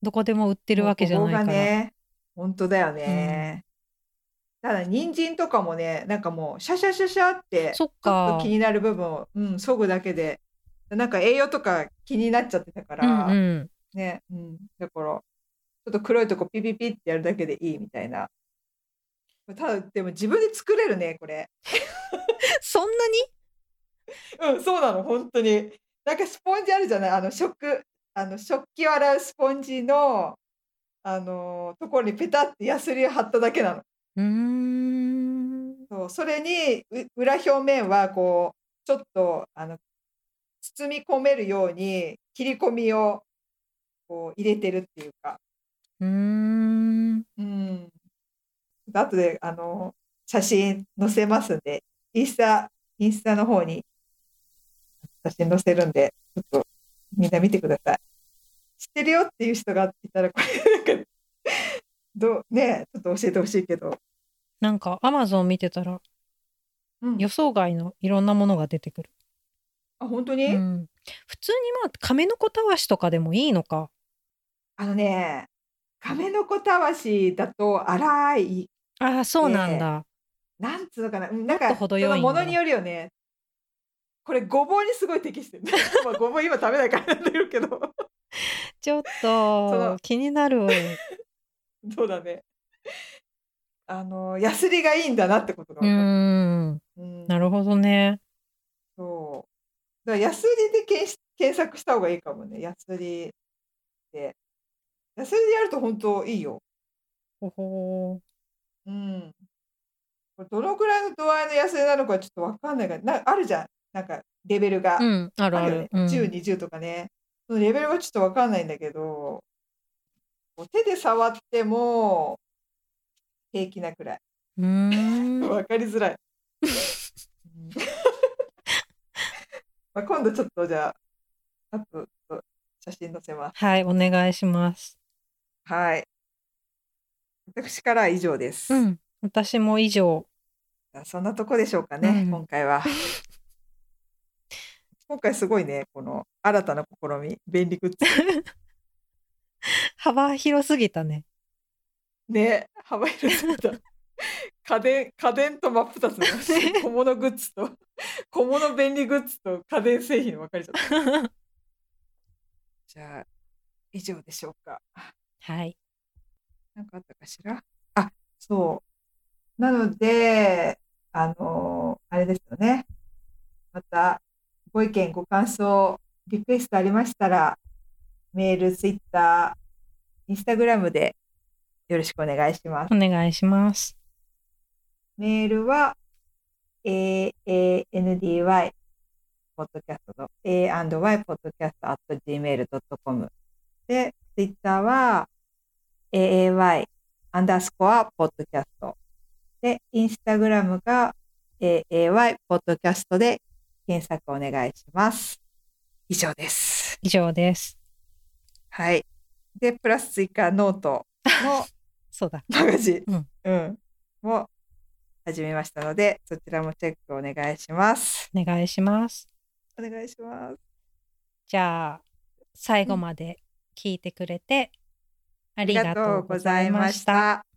Speaker 2: どこでも売ってるわけじゃないか
Speaker 1: もう
Speaker 2: ら。
Speaker 1: ごぼうがね、本当だよね。ただ人参とかもね、なんかもうシャシャシャシャって、ち
Speaker 2: そっ
Speaker 1: ょっ
Speaker 2: か
Speaker 1: と気。になる部分を、うん、削ぐだけで、なんか栄養とか気になっちゃってたか
Speaker 2: う
Speaker 1: ら、
Speaker 2: んうん。
Speaker 1: ね、うん、だから、ちょっと黒いとこピピピってやるだけでいいみたいな。ただでも自分で作れるねこれ。
Speaker 2: そんなに
Speaker 1: うんそうなの本当に。なんかスポンジあるじゃないあの食あの食器を洗うスポンジのあのところにペタってヤスリを貼っただけなの。
Speaker 2: うーん。
Speaker 1: そうそれにう裏表面はこうちょっとあの包み込めるように切り込みをこう入れてるっていうか、
Speaker 2: うーん。
Speaker 1: うん、あとであの写真載せますんでインスタインスタの方に写真載せるんでちょっとみんな見てください。知ってるよっていう人がいたらこれなんかどうねちょっと教えてほしいけど、
Speaker 2: なんかアマゾン見てたら
Speaker 1: うん
Speaker 2: 予想外のいろんなものが出てくる。
Speaker 1: あ本当に、
Speaker 2: うん、普通にまあ亀の子たわしとかでもいいのか。
Speaker 1: あのね、亀の子たわしだと荒い、
Speaker 2: ああそうなんだ。
Speaker 1: なんつうのかな、うんなんか
Speaker 2: もっと程
Speaker 1: そ
Speaker 2: よ
Speaker 1: の
Speaker 2: いんだ
Speaker 1: ものによるよね。これごぼうにすごい適してる。 まあごぼう今食べないからなんだけど、
Speaker 2: ちょっ
Speaker 1: そ
Speaker 2: と
Speaker 1: の
Speaker 2: 気に なる。
Speaker 1: そうだね。あのヤスリがいいんだなってことが
Speaker 2: う
Speaker 1: 分か
Speaker 2: ーん。
Speaker 1: る。うん
Speaker 2: なるほどね。
Speaker 1: そう。だからヤスリで検し検索した方がいいかもね。ヤスリで、ヤスリでやると本当いいよ。
Speaker 2: ほほ
Speaker 1: うん。これどのくらいの度合いの安値なのかちょっとわかんないが、なあるじゃん。なんかレベルが。
Speaker 2: ーうんあるあ
Speaker 1: あるよ
Speaker 2: る
Speaker 1: ね。。
Speaker 2: うん
Speaker 1: 10、20とかね。そのレベルはちょっとわかんないんだけど、こう手で触っても平気なくらい。
Speaker 2: うーん
Speaker 1: わかりづらい。うんまあ今度ちょっとじゃあ、あと写真載せます。
Speaker 2: はいお願いします。
Speaker 1: はい。私からは以上です。
Speaker 2: うん私も以上。
Speaker 1: そんなとこでしょうかね、
Speaker 2: うん
Speaker 1: 今回は。今回すごいね、この新たな試み、便利グッ ズ。
Speaker 2: 幅広すぎた ね。
Speaker 1: ね、幅広すぎた。家電、家電と真っ二つの 小物グッズと、小物便利グッズと家電製品に分かれちゃった。じゃあ、以上でしょうか。
Speaker 2: はい。
Speaker 1: なんかあったかしらあ、そう。なので、あのあれですよね。また、ご意見、ご感想、リクエストありましたら、メール、ツイッター、インスタグラムでよろしくお願いします。
Speaker 2: お願いします。
Speaker 1: メールは、aandy ポッドキャストの a&y ポッドキャスト at gmail.com で、ツイッターは aay アンダースコアポッドキャストで、インスタグラムが aay ポッドキャストで検索お願いします。以上です。
Speaker 2: 以上です。
Speaker 1: はい。で、プラス追加ノートの
Speaker 2: そうだ。
Speaker 1: マガジン、
Speaker 2: うん
Speaker 1: うんも始めましたので、そちらもチェックお願いします。
Speaker 2: お願いします。
Speaker 1: お願いします。
Speaker 2: じゃあ最後まで聞いてくれてあ
Speaker 1: あ
Speaker 2: りがとうございました。
Speaker 1: た。